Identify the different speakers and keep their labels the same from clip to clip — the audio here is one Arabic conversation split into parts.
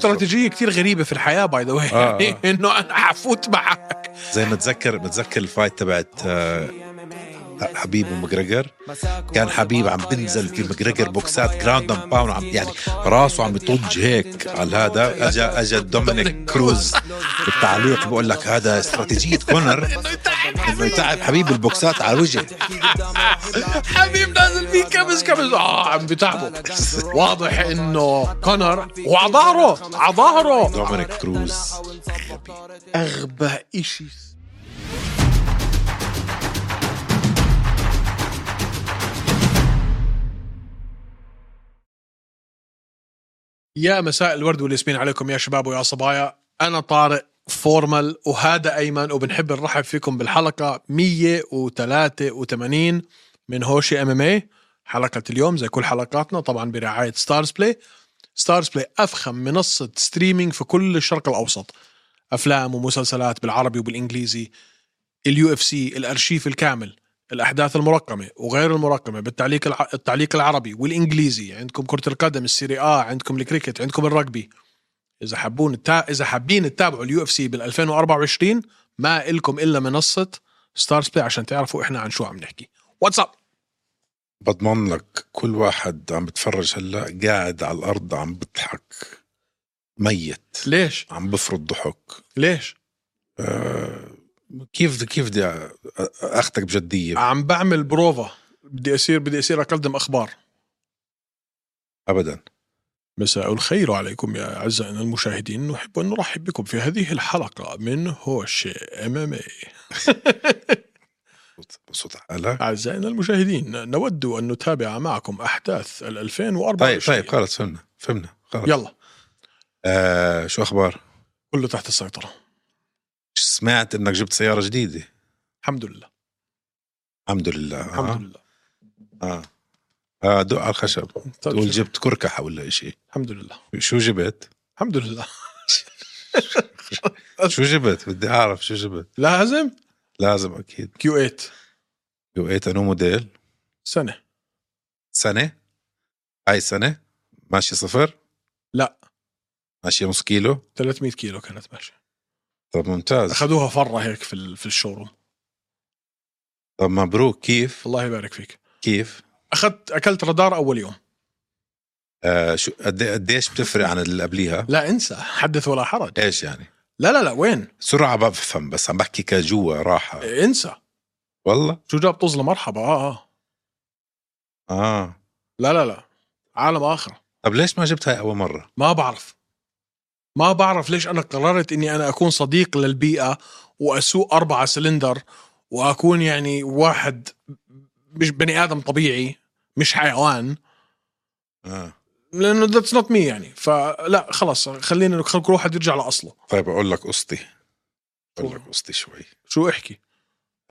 Speaker 1: استراتيجيه كتير غريبه في الحياه باي ذا واي
Speaker 2: آه،
Speaker 1: يعني انه انا حفوت معك
Speaker 2: زي ما اتذكر متذكر الفايت تبعت آه، حبيب ومجريجر كان حبيب عم بنزل في مجريجر بوكسات جراوند اند باوند عم يعني راسه عم يطج هيك على هذا اجى اجى دومينيك كروز بالتعليق بقول لك هذا استراتيجيه كونر
Speaker 1: انه يتعب
Speaker 2: انه
Speaker 1: حبيب
Speaker 2: يتعب حبيب البوكسات على وجهه
Speaker 1: حبيب نازل فيه كبس كبس اه عم بتعبه واضح انه كونر وعظهره عظهره
Speaker 2: دومينيك كروز غبي
Speaker 1: اغبى اشي يا مساء الورد والياسمين عليكم يا شباب ويا صبايا انا طارق فورمال وهذا ايمن وبنحب نرحب فيكم بالحلقه 183 من هوشي ام ام اي حلقه اليوم زي كل حلقاتنا طبعا برعايه ستارز بلاي ستارز بلاي افخم منصه ستريمينج في كل الشرق الاوسط افلام ومسلسلات بالعربي وبالانجليزي اليو اف سي الارشيف الكامل الاحداث المرقمه وغير المرقمه بالتعليق الع... التعليق العربي والانجليزي عندكم كره القدم السيري اه عندكم الكريكت عندكم الرugby اذا حبون التا... اذا حابين تتابعوا اليو اف سي بال 2024 ما إلكم الا منصه ستارز بلاي عشان تعرفوا احنا عن شو عم نحكي واتساب
Speaker 2: بضمن لك كل واحد عم بتفرج هلا قاعد على الارض عم بضحك ميت
Speaker 1: ليش
Speaker 2: عم بفرط ضحك
Speaker 1: ليش
Speaker 2: آه، كيف كيف بدي أ- أ- اخذك بجديه
Speaker 1: عم بعمل بروفا بدي اصير بدي اصير اقدم اخبار
Speaker 2: ابدا
Speaker 1: مساء الخير عليكم يا أعزائنا المشاهدين نحب أن نرحب بكم في هذه الحلقة من هوش إيه. ام ام
Speaker 2: صوت- صوت حالك
Speaker 1: أعزائنا المشاهدين نود أن نتابع معكم أحداث ال
Speaker 2: طيب
Speaker 1: 2024
Speaker 2: طيب خلص فهمنا فهمنا خلص
Speaker 1: يلا
Speaker 2: آه شو اخبار
Speaker 1: كله تحت السيطرة
Speaker 2: سمعت انك جبت سياره جديده
Speaker 1: الحمد لله
Speaker 2: الحمد لله
Speaker 1: الحمد
Speaker 2: آه.
Speaker 1: لله طيب،
Speaker 2: آه. اه دق على الخشب تقول جبت كركحه ولا شيء
Speaker 1: الحمد لله
Speaker 2: شو جبت
Speaker 1: الحمد لله
Speaker 2: شو جبت بدي اعرف شو جبت
Speaker 1: لازم
Speaker 2: لازم اكيد
Speaker 1: كيو 8
Speaker 2: وقيت انو موديل
Speaker 1: سنة
Speaker 2: سنه هاي سنه ماشي صفر
Speaker 1: لا.
Speaker 2: ماشي نص كيلو
Speaker 1: 300 كيلو كانت ماشية
Speaker 2: طب ممتاز
Speaker 1: أخذوها فرة هيك في ال- في الشوروم
Speaker 2: طب مبروك كيف
Speaker 1: الله يبارك فيك
Speaker 2: كيف
Speaker 1: أخذت أكلت رادار أول يوم
Speaker 2: آه شو قد قديش بتفرق عن اللي قبليها؟
Speaker 1: لا انسى حدث ولا حرج
Speaker 2: ايش يعني؟
Speaker 1: لا لا لا وين إيه،
Speaker 2: سرعة بفهم بس عم بحكي كجوا راحة
Speaker 1: انسى
Speaker 2: والله
Speaker 1: شو جاب طزلة مرحبا اه اه
Speaker 2: اه
Speaker 1: لا لا لا عالم اخر
Speaker 2: طب ليش ما جبتها أول مرة؟
Speaker 1: ما بعرف ما بعرف ليش انا قررت اني انا اكون صديق للبيئة واسوق اربعة سلندر واكون يعني واحد مش بني ادم طبيعي مش حيوان
Speaker 2: آه.
Speaker 1: لانه ذاتس نوت مي يعني فلا خلص خلينا خلي كل واحد يرجع لاصله
Speaker 2: طيب أقول لك قصتي أقول لك قصتي شوي
Speaker 1: شو احكي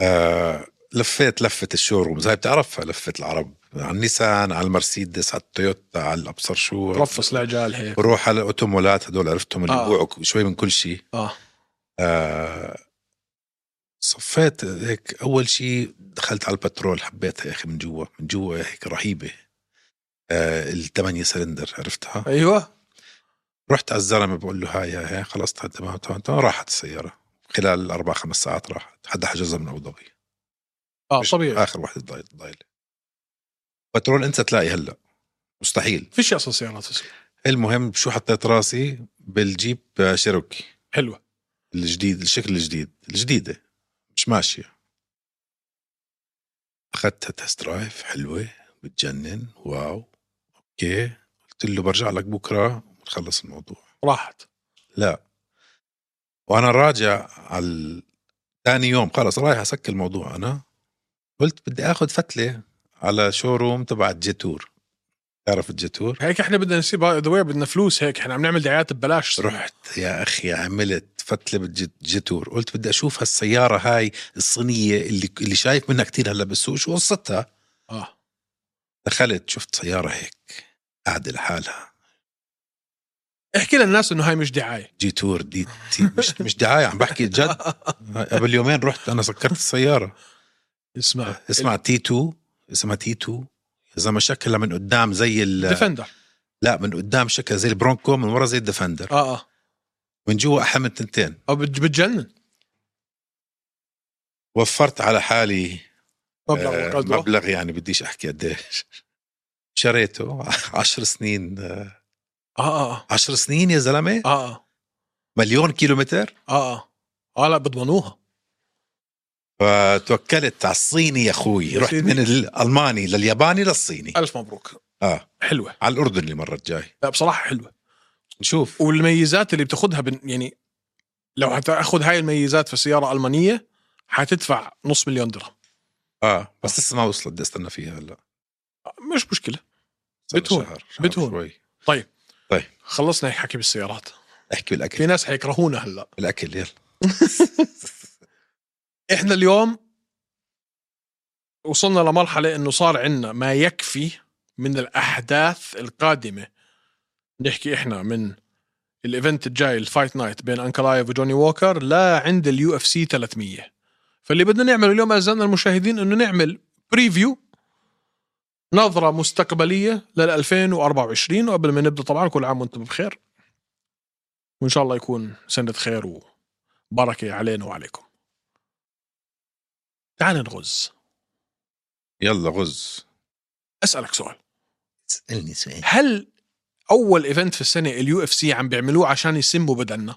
Speaker 2: آه لفيت لفة الشورومز هاي بتعرفها لفة العرب على النيسان على المرسيدس على التويوتا على الأبصر شو
Speaker 1: رفص العجال هيك
Speaker 2: بروح على الأوتومولات هدول عرفتهم اللي
Speaker 1: آه.
Speaker 2: بيبيعوا شوي من كل شيء
Speaker 1: اه
Speaker 2: آه، صفيت هيك اول شيء دخلت على البترول حبيتها يا اخي من جوا من جوا هيك رهيبه آه الثمانية سلندر عرفتها
Speaker 1: ايوه
Speaker 2: رحت على الزلمه بقول له هاي هاي هاي، خلاص تمام تمام تمام تمام راحت السياره خلال اربع خمس ساعات راحت حدا حجزها من ابو ظبي
Speaker 1: اه
Speaker 2: مش
Speaker 1: طبيعي
Speaker 2: اخر واحده ضايله ضايله بترول انت تلاقي هلا مستحيل
Speaker 1: فيش اصلا سيارات اسمها.
Speaker 2: المهم شو حطيت راسي بالجيب آه، شيروكي
Speaker 1: حلوه
Speaker 2: الجديد الشكل الجديد الجديدة مش ماشية أخذتها تست درايف حلوة بتجنن واو أوكي قلت له برجع لك بكرة ونخلص الموضوع
Speaker 1: راحت
Speaker 2: لا وأنا راجع على ثاني يوم خلص رايح أسكر الموضوع أنا قلت بدي آخذ فتلة على شوروم تبعت جيتور تعرف الجيتور
Speaker 1: هيك احنا بدنا نصير باي ذا بدنا فلوس هيك احنا عم نعمل دعايات ببلاش
Speaker 2: رحت يا اخي عملت فتله بالجيتور قلت بدي اشوف هالسياره هاي الصينيه اللي اللي شايف منها كتير هلا بالسوق شو قصتها
Speaker 1: اه
Speaker 2: دخلت شفت سياره هيك قاعده لحالها
Speaker 1: احكي للناس انه هاي مش دعايه
Speaker 2: جيتور دي, دي مش مش دعايه عم بحكي جد قبل يومين رحت انا سكرت السياره إيه،
Speaker 1: اسمع
Speaker 2: اسمع تي 2 اسمها تي 2 اذا ما شكلها من قدام زي ال
Speaker 1: ديفندر
Speaker 2: لا من قدام شكل زي البرونكو من ورا زي الديفندر
Speaker 1: اه اه
Speaker 2: من جوا احلى من تنتين
Speaker 1: آه، بت- بتجنن
Speaker 2: وفرت على حالي
Speaker 1: مبلغ
Speaker 2: آه،
Speaker 1: وقدره
Speaker 2: مبلغ يعني بديش احكي قديش شريته عشر سنين آه،
Speaker 1: اه اه
Speaker 2: عشر سنين يا زلمه
Speaker 1: اه اه
Speaker 2: مليون كيلومتر
Speaker 1: اه اه اه لا بضمنوها
Speaker 2: فتوكلت آه، على الصيني يا اخوي
Speaker 1: يا
Speaker 2: رحت
Speaker 1: سيدي.
Speaker 2: من الالماني للياباني للصيني
Speaker 1: الف مبروك
Speaker 2: اه
Speaker 1: حلوه
Speaker 2: على الاردن المره الجاي
Speaker 1: لا بصراحه حلوه
Speaker 2: نشوف
Speaker 1: والميزات اللي بتاخذها بن يعني لو حتاخذ هاي الميزات في سياره المانيه حتدفع نص مليون درهم
Speaker 2: اه بس لسه ما وصلت بدي استنى فيها هلا
Speaker 1: مش مشكله
Speaker 2: استنى
Speaker 1: بتهون.
Speaker 2: شهر- شهر
Speaker 1: بتهون.
Speaker 2: شوي
Speaker 1: خلصنا هيك حكي بالسيارات
Speaker 2: احكي بالاكل
Speaker 1: في ناس حيكرهونا هلا
Speaker 2: الاكل يلا
Speaker 1: احنا اليوم وصلنا لمرحله انه صار عندنا ما يكفي من الاحداث القادمه نحكي احنا من الايفنت الجاي الفايت نايت بين انكلايف وجوني ووكر لا عند اليو اف سي 300 فاللي بدنا نعمله اليوم اعزائنا المشاهدين انه نعمل بريفيو نظره مستقبليه لل 2024 وقبل ما نبدا طبعا كل عام وانتم بخير وان شاء الله يكون سنه خير وبركه علينا وعليكم تعال نغز
Speaker 2: يلا غز
Speaker 1: اسالك سؤال
Speaker 2: اسالني سؤال
Speaker 1: هل اول ايفنت في السنه اليو اف سي عم بيعملوه عشان يسموا بدلنا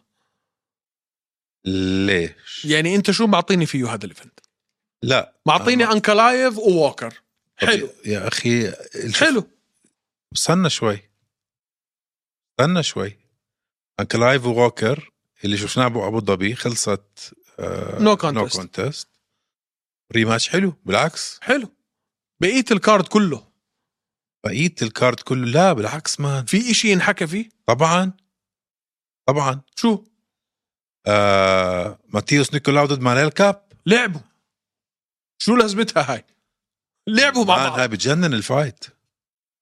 Speaker 2: ليش؟
Speaker 1: يعني انت شو معطيني فيه هذا الايفنت
Speaker 2: لا
Speaker 1: معطيني
Speaker 2: أنا-
Speaker 1: انكلايف ووكر
Speaker 2: طب
Speaker 1: حلو
Speaker 2: يا اخي الف-
Speaker 1: حلو
Speaker 2: استنى شوي استنى شوي انكلايف ووكر اللي شفناه بابو ظبي خلصت آه،
Speaker 1: نو
Speaker 2: نو
Speaker 1: كونتست
Speaker 2: كونتست ريماتش حلو بالعكس
Speaker 1: حلو بقيه الكارد كله
Speaker 2: بقيه الكارد كله لا بالعكس مان
Speaker 1: في إشي ينحكى فيه
Speaker 2: طبعا طبعا
Speaker 1: شو
Speaker 2: آه ماتيوس نيكولاو ضد مانيل كاب
Speaker 1: لعبوا شو لازمتها هاي لعبوا مع
Speaker 2: مان، هاي
Speaker 1: بعض
Speaker 2: بتجنن الفايت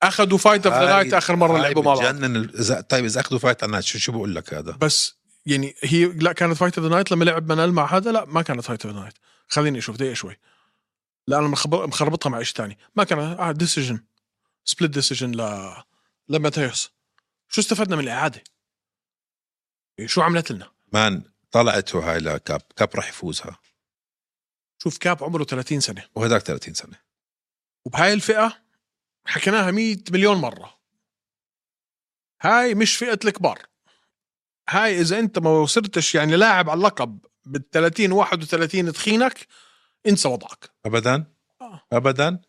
Speaker 1: اخذوا فايت اوف ذا نايت اخر مره
Speaker 2: هاي
Speaker 1: لعبوا مع بعض
Speaker 2: بتجنن ال- إذا- طيب اذا اخذوا فايت على الناس شو شو بقول لك هذا
Speaker 1: بس يعني هي لا كانت فايت اوف ذا نايت لما لعب منال مع هذا لا ما كانت فايت اوف ذا نايت خليني اشوف دقيقه شوي لا انا مخب- مخربطها مع شيء ثاني ما كان اه ديسيجن سبليت ديسيجن ل لماتيوس شو استفدنا من الاعاده؟ شو عملت لنا؟
Speaker 2: مان طلعته هاي لكاب كاب راح يفوزها
Speaker 1: شوف كاب عمره 30 سنه
Speaker 2: وهداك 30 سنه
Speaker 1: وبهاي الفئه حكيناها 100 مليون مره هاي مش فئه الكبار هاي اذا انت ما وصلتش يعني لاعب على اللقب بال 30 31 تخينك انسى وضعك
Speaker 2: ابدا
Speaker 1: آه.
Speaker 2: ابدا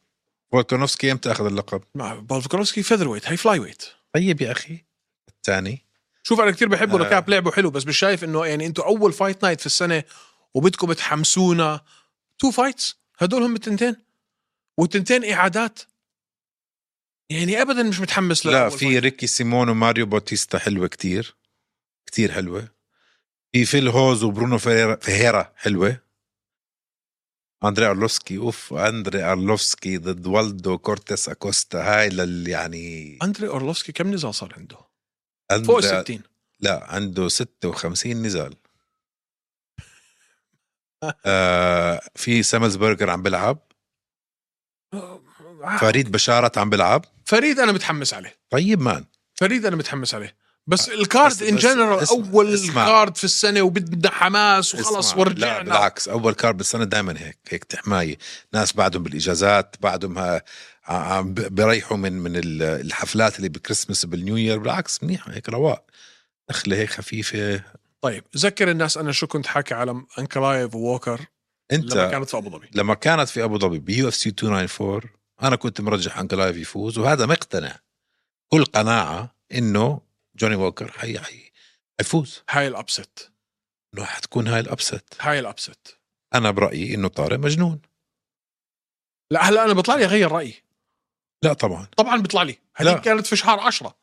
Speaker 2: فولكانوفسكي امتى اخذ اللقب؟
Speaker 1: مع بالفكروفسكي فيذر ويت هي فلاي ويت
Speaker 2: طيب يا اخي الثاني
Speaker 1: شوف انا كثير بحبه
Speaker 2: آه.
Speaker 1: لكاب لعبه حلو بس مش شايف انه يعني انتوا اول فايت نايت في السنه وبدكم تحمسونا تو فايتس هدول هم التنتين والتنتين اعادات يعني ابدا مش متحمس
Speaker 2: لا
Speaker 1: لأول
Speaker 2: في
Speaker 1: فايت.
Speaker 2: ريكي سيمون وماريو بوتيستا حلوه كتير كتير حلوه في فيل هوز وبرونو فيريرا فيهيرا حلوه اندري ارلوفسكي اوف اندري ارلوفسكي ضد والدو كورتيس اكوستا هاي لل يعني
Speaker 1: اندري اورلوفسكي كم نزال صار عنده؟ فوق
Speaker 2: أندري
Speaker 1: 60
Speaker 2: لا عنده 56 نزال آه في سامزبرجر عم بيلعب فريد بشارة عم بيلعب
Speaker 1: آه، فريد انا متحمس عليه
Speaker 2: طيب مان
Speaker 1: فريد انا متحمس عليه بس الكارد
Speaker 2: آه، بس-
Speaker 1: ان
Speaker 2: بس-
Speaker 1: جنرال
Speaker 2: اسمع-
Speaker 1: اول
Speaker 2: اسمع.
Speaker 1: كارد في السنه وبدنا حماس وخلص
Speaker 2: اسمع، لا
Speaker 1: ورجعنا
Speaker 2: بالعكس اول كار بالسنه دائما هيك هيك حمايه ناس بعدهم بالاجازات بعدهم ها عم ب- بريحوا من من ال- الحفلات اللي بالكريسماس بالنيو يير بالعكس منيحه هيك رواق دخله هيك خفيفه
Speaker 1: طيب ذكر الناس انا شو كنت حاكي على انكلايف ووكر
Speaker 2: انت
Speaker 1: لما كانت في ابو ظبي
Speaker 2: لما كانت في ابو ظبي بيو اف سي 294 انا كنت مرجح انكلايف يفوز وهذا مقتنع كل قناعه انه جوني ووكر حي حي حيفوز
Speaker 1: هاي الابست
Speaker 2: انه حتكون هاي الابست
Speaker 1: هاي الابست
Speaker 2: انا برايي انه طارق مجنون
Speaker 1: لا هلا انا بطلع لي اغير رايي
Speaker 2: لا طبعا
Speaker 1: طبعا بيطلع لي هذيك
Speaker 2: لا.
Speaker 1: كانت في شهر 10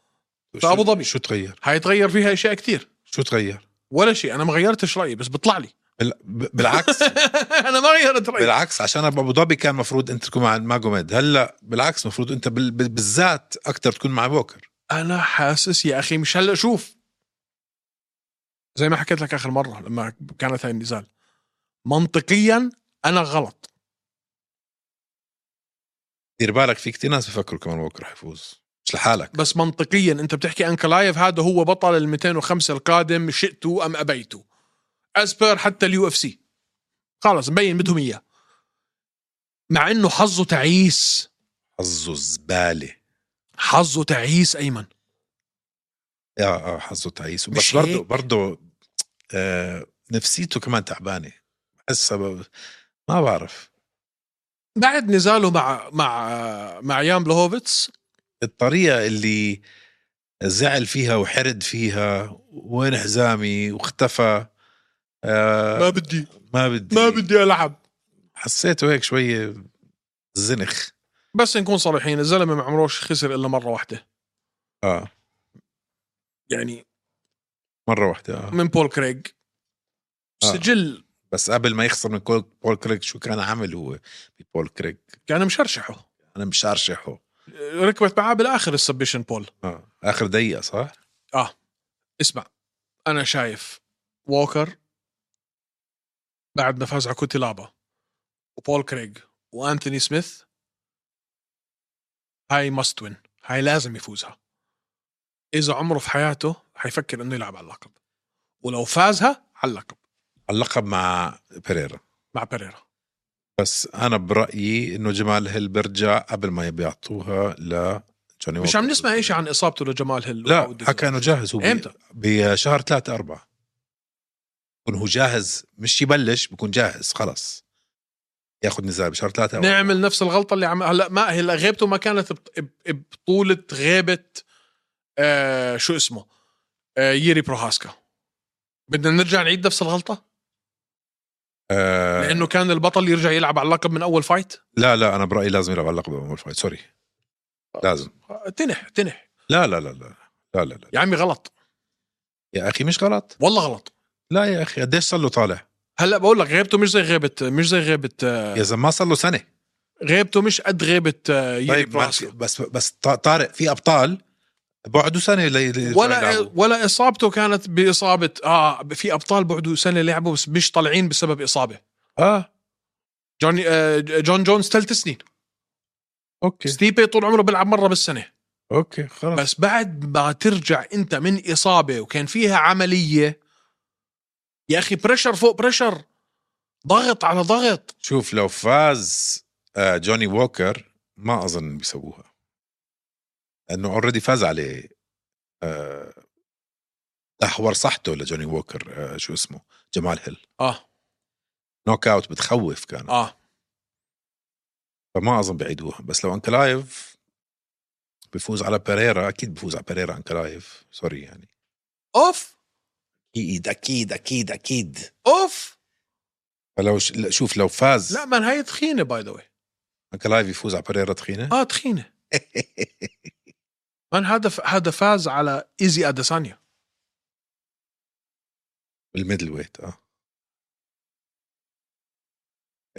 Speaker 2: شو-
Speaker 1: أبو ظبي.
Speaker 2: شو تغير
Speaker 1: حيتغير فيها اشياء كثير
Speaker 2: شو تغير
Speaker 1: ولا شيء انا ما غيرتش رايي بس بيطلع لي
Speaker 2: بال- ب- بالعكس
Speaker 1: انا ما غيرت رايي
Speaker 2: بالعكس عشان ابو ظبي كان مفروض انت تكون مع ماجوميد هلا بالعكس مفروض انت بال- بال- بالذات اكثر تكون مع بوكر
Speaker 1: انا حاسس يا اخي مش هلا شوف زي ما حكيت لك اخر مره لما كانت هاي النزال منطقيا انا غلط
Speaker 2: دير بالك في كثير ناس بفكروا كمان بوكر حيفوز مش لحالك
Speaker 1: بس منطقيا انت بتحكي انكلايف هذا هو بطل ال 205 القادم شئت ام ابيت اسبر حتى اليو اف سي خلص مبين بدهم اياه مع انه حظه تعيس
Speaker 2: حظه زباله
Speaker 1: حظه تعيس ايمن
Speaker 2: اه اه حظه تعيس
Speaker 1: مش
Speaker 2: بس برضه
Speaker 1: هيك؟
Speaker 2: برضه آه نفسيته كمان تعبانه هسه ب- ما بعرف
Speaker 1: بعد نزاله مع مع مع يان بلوهوفيتس
Speaker 2: الطريقه اللي زعل فيها وحرد فيها وين حزامي واختفى آه
Speaker 1: ما بدي
Speaker 2: ما بدي
Speaker 1: ما بدي العب
Speaker 2: حسيته هيك شويه زنخ
Speaker 1: بس نكون صريحين الزلمه ما عمروش خسر الا مره واحده
Speaker 2: اه
Speaker 1: يعني
Speaker 2: مره واحده آه.
Speaker 1: من بول كريغ
Speaker 2: آه.
Speaker 1: سجل
Speaker 2: بس قبل ما يخسر من كول- بول كريك شو كان عامل هو ببول كريك
Speaker 1: كان مشرشحه
Speaker 2: انا مش ارشحه
Speaker 1: ركبت معاه بالاخر السبشن بول
Speaker 2: آه. اخر دقيقه صح
Speaker 1: اسمع انا شايف ووكر بعد ما فاز على كوتيلابا وبول كريغ وانتوني سميث هاي ماست وين هاي لازم يفوزها اذا عمره في حياته حيفكر انه يلعب على اللقب ولو فازها على اللقب
Speaker 2: اللقب مع بيريرا
Speaker 1: مع بيريرا
Speaker 2: بس انا برايي انه جمال هيل بيرجع قبل ما بيعطوها لجوني
Speaker 1: مش
Speaker 2: ووكر.
Speaker 1: عم نسمع شيء عن اصابته لجمال هيل
Speaker 2: يعني لا
Speaker 1: وعودته.
Speaker 2: حكى انه جاهز هو ب-
Speaker 1: امتى؟
Speaker 2: بشهر 3 4 بكون هو جاهز مش يبلش بكون جاهز خلص ياخذ نزال بشهر 3 4
Speaker 1: نعمل نفس الغلطه اللي عم هلا ما هي غيبته ما كانت بط- ب- ببطوله غيبه آه شو اسمه آه ييري بروهاسكا بدنا نرجع نعيد نفس الغلطه
Speaker 2: آه
Speaker 1: لانه كان البطل يرجع يلعب على اللقب من اول فايت
Speaker 2: لا لا انا برايي لازم يلعب على اللقب اول فايت سوري لازم
Speaker 1: آه، تنح تنح
Speaker 2: لا لا لا لا لا لا, لا.
Speaker 1: يا عمي غلط
Speaker 2: يا اخي مش غلط
Speaker 1: والله غلط
Speaker 2: لا يا اخي قديش صار له طالع
Speaker 1: هلا بقول لك غيبته مش زي غيبه مش زي غيبه آه،
Speaker 2: يا زلمه ما صار له سنه
Speaker 1: غيبته مش قد غيبه آه، ييري
Speaker 2: طيب ما-
Speaker 1: بروهاسكا
Speaker 2: بس بس طارق في ابطال بعدوا سنه لي- لي-
Speaker 1: ولا
Speaker 2: يلعبوا.
Speaker 1: ولا اصابته كانت باصابه اه في ابطال بعدوا سنه لعبوا بس مش طالعين بسبب اصابه
Speaker 2: اه
Speaker 1: جوني آه، جون جونز ثلاث سنين
Speaker 2: اوكي
Speaker 1: ستيبي طول عمره بيلعب مره بالسنه
Speaker 2: اوكي خلاص
Speaker 1: بس بعد ما ترجع انت من اصابه وكان فيها عمليه يا اخي بريشر فوق بريشر ضغط على ضغط
Speaker 2: شوف لو فاز آه، جوني ووكر ما اظن بيسووها لانه اوريدي فاز عليه آه، احور صحته لجوني ووكر آه، شو اسمه جمال هيل
Speaker 1: اه
Speaker 2: نوك اوت بتخوف كانت
Speaker 1: اه
Speaker 2: فما اظن بيعيدوها بس لو انكلايف بفوز على بيريرا اكيد بفوز على بيريرا انكلايف سوري يعني
Speaker 1: اوف
Speaker 2: اكيد اكيد اكيد اكيد
Speaker 1: اوف
Speaker 2: فلو ش... لا، شوف لو فاز
Speaker 1: لا
Speaker 2: لا.
Speaker 1: من هاي تخينه باي ذا واي
Speaker 2: انكلايف يفوز على بيريرا تخينه
Speaker 1: اه تخينه من هذا ف- هذا فاز على ايزي اديسانيا
Speaker 2: بالميدل ويت اه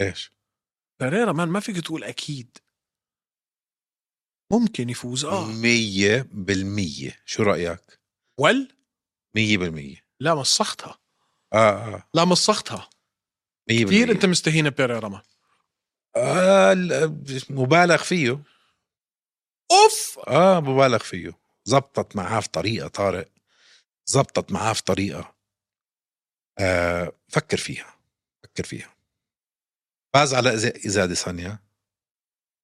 Speaker 2: ايش
Speaker 1: بريرا مان ما فيك تقول اكيد ممكن يفوز اه
Speaker 2: مية بالمية شو رأيك
Speaker 1: ول
Speaker 2: مية بالمية
Speaker 1: لا مسختها
Speaker 2: اه اه
Speaker 1: لا مسختها
Speaker 2: مية
Speaker 1: كثير
Speaker 2: بالمية.
Speaker 1: انت مستهينه بيريرا مان
Speaker 2: آه ال- مبالغ فيه
Speaker 1: اوف
Speaker 2: اه مبالغ فيه زبطت معاه في طريقة طارق زبطت معاه في طريقة آه فكر فيها فكر فيها فاز على إز- إزي أديسانيا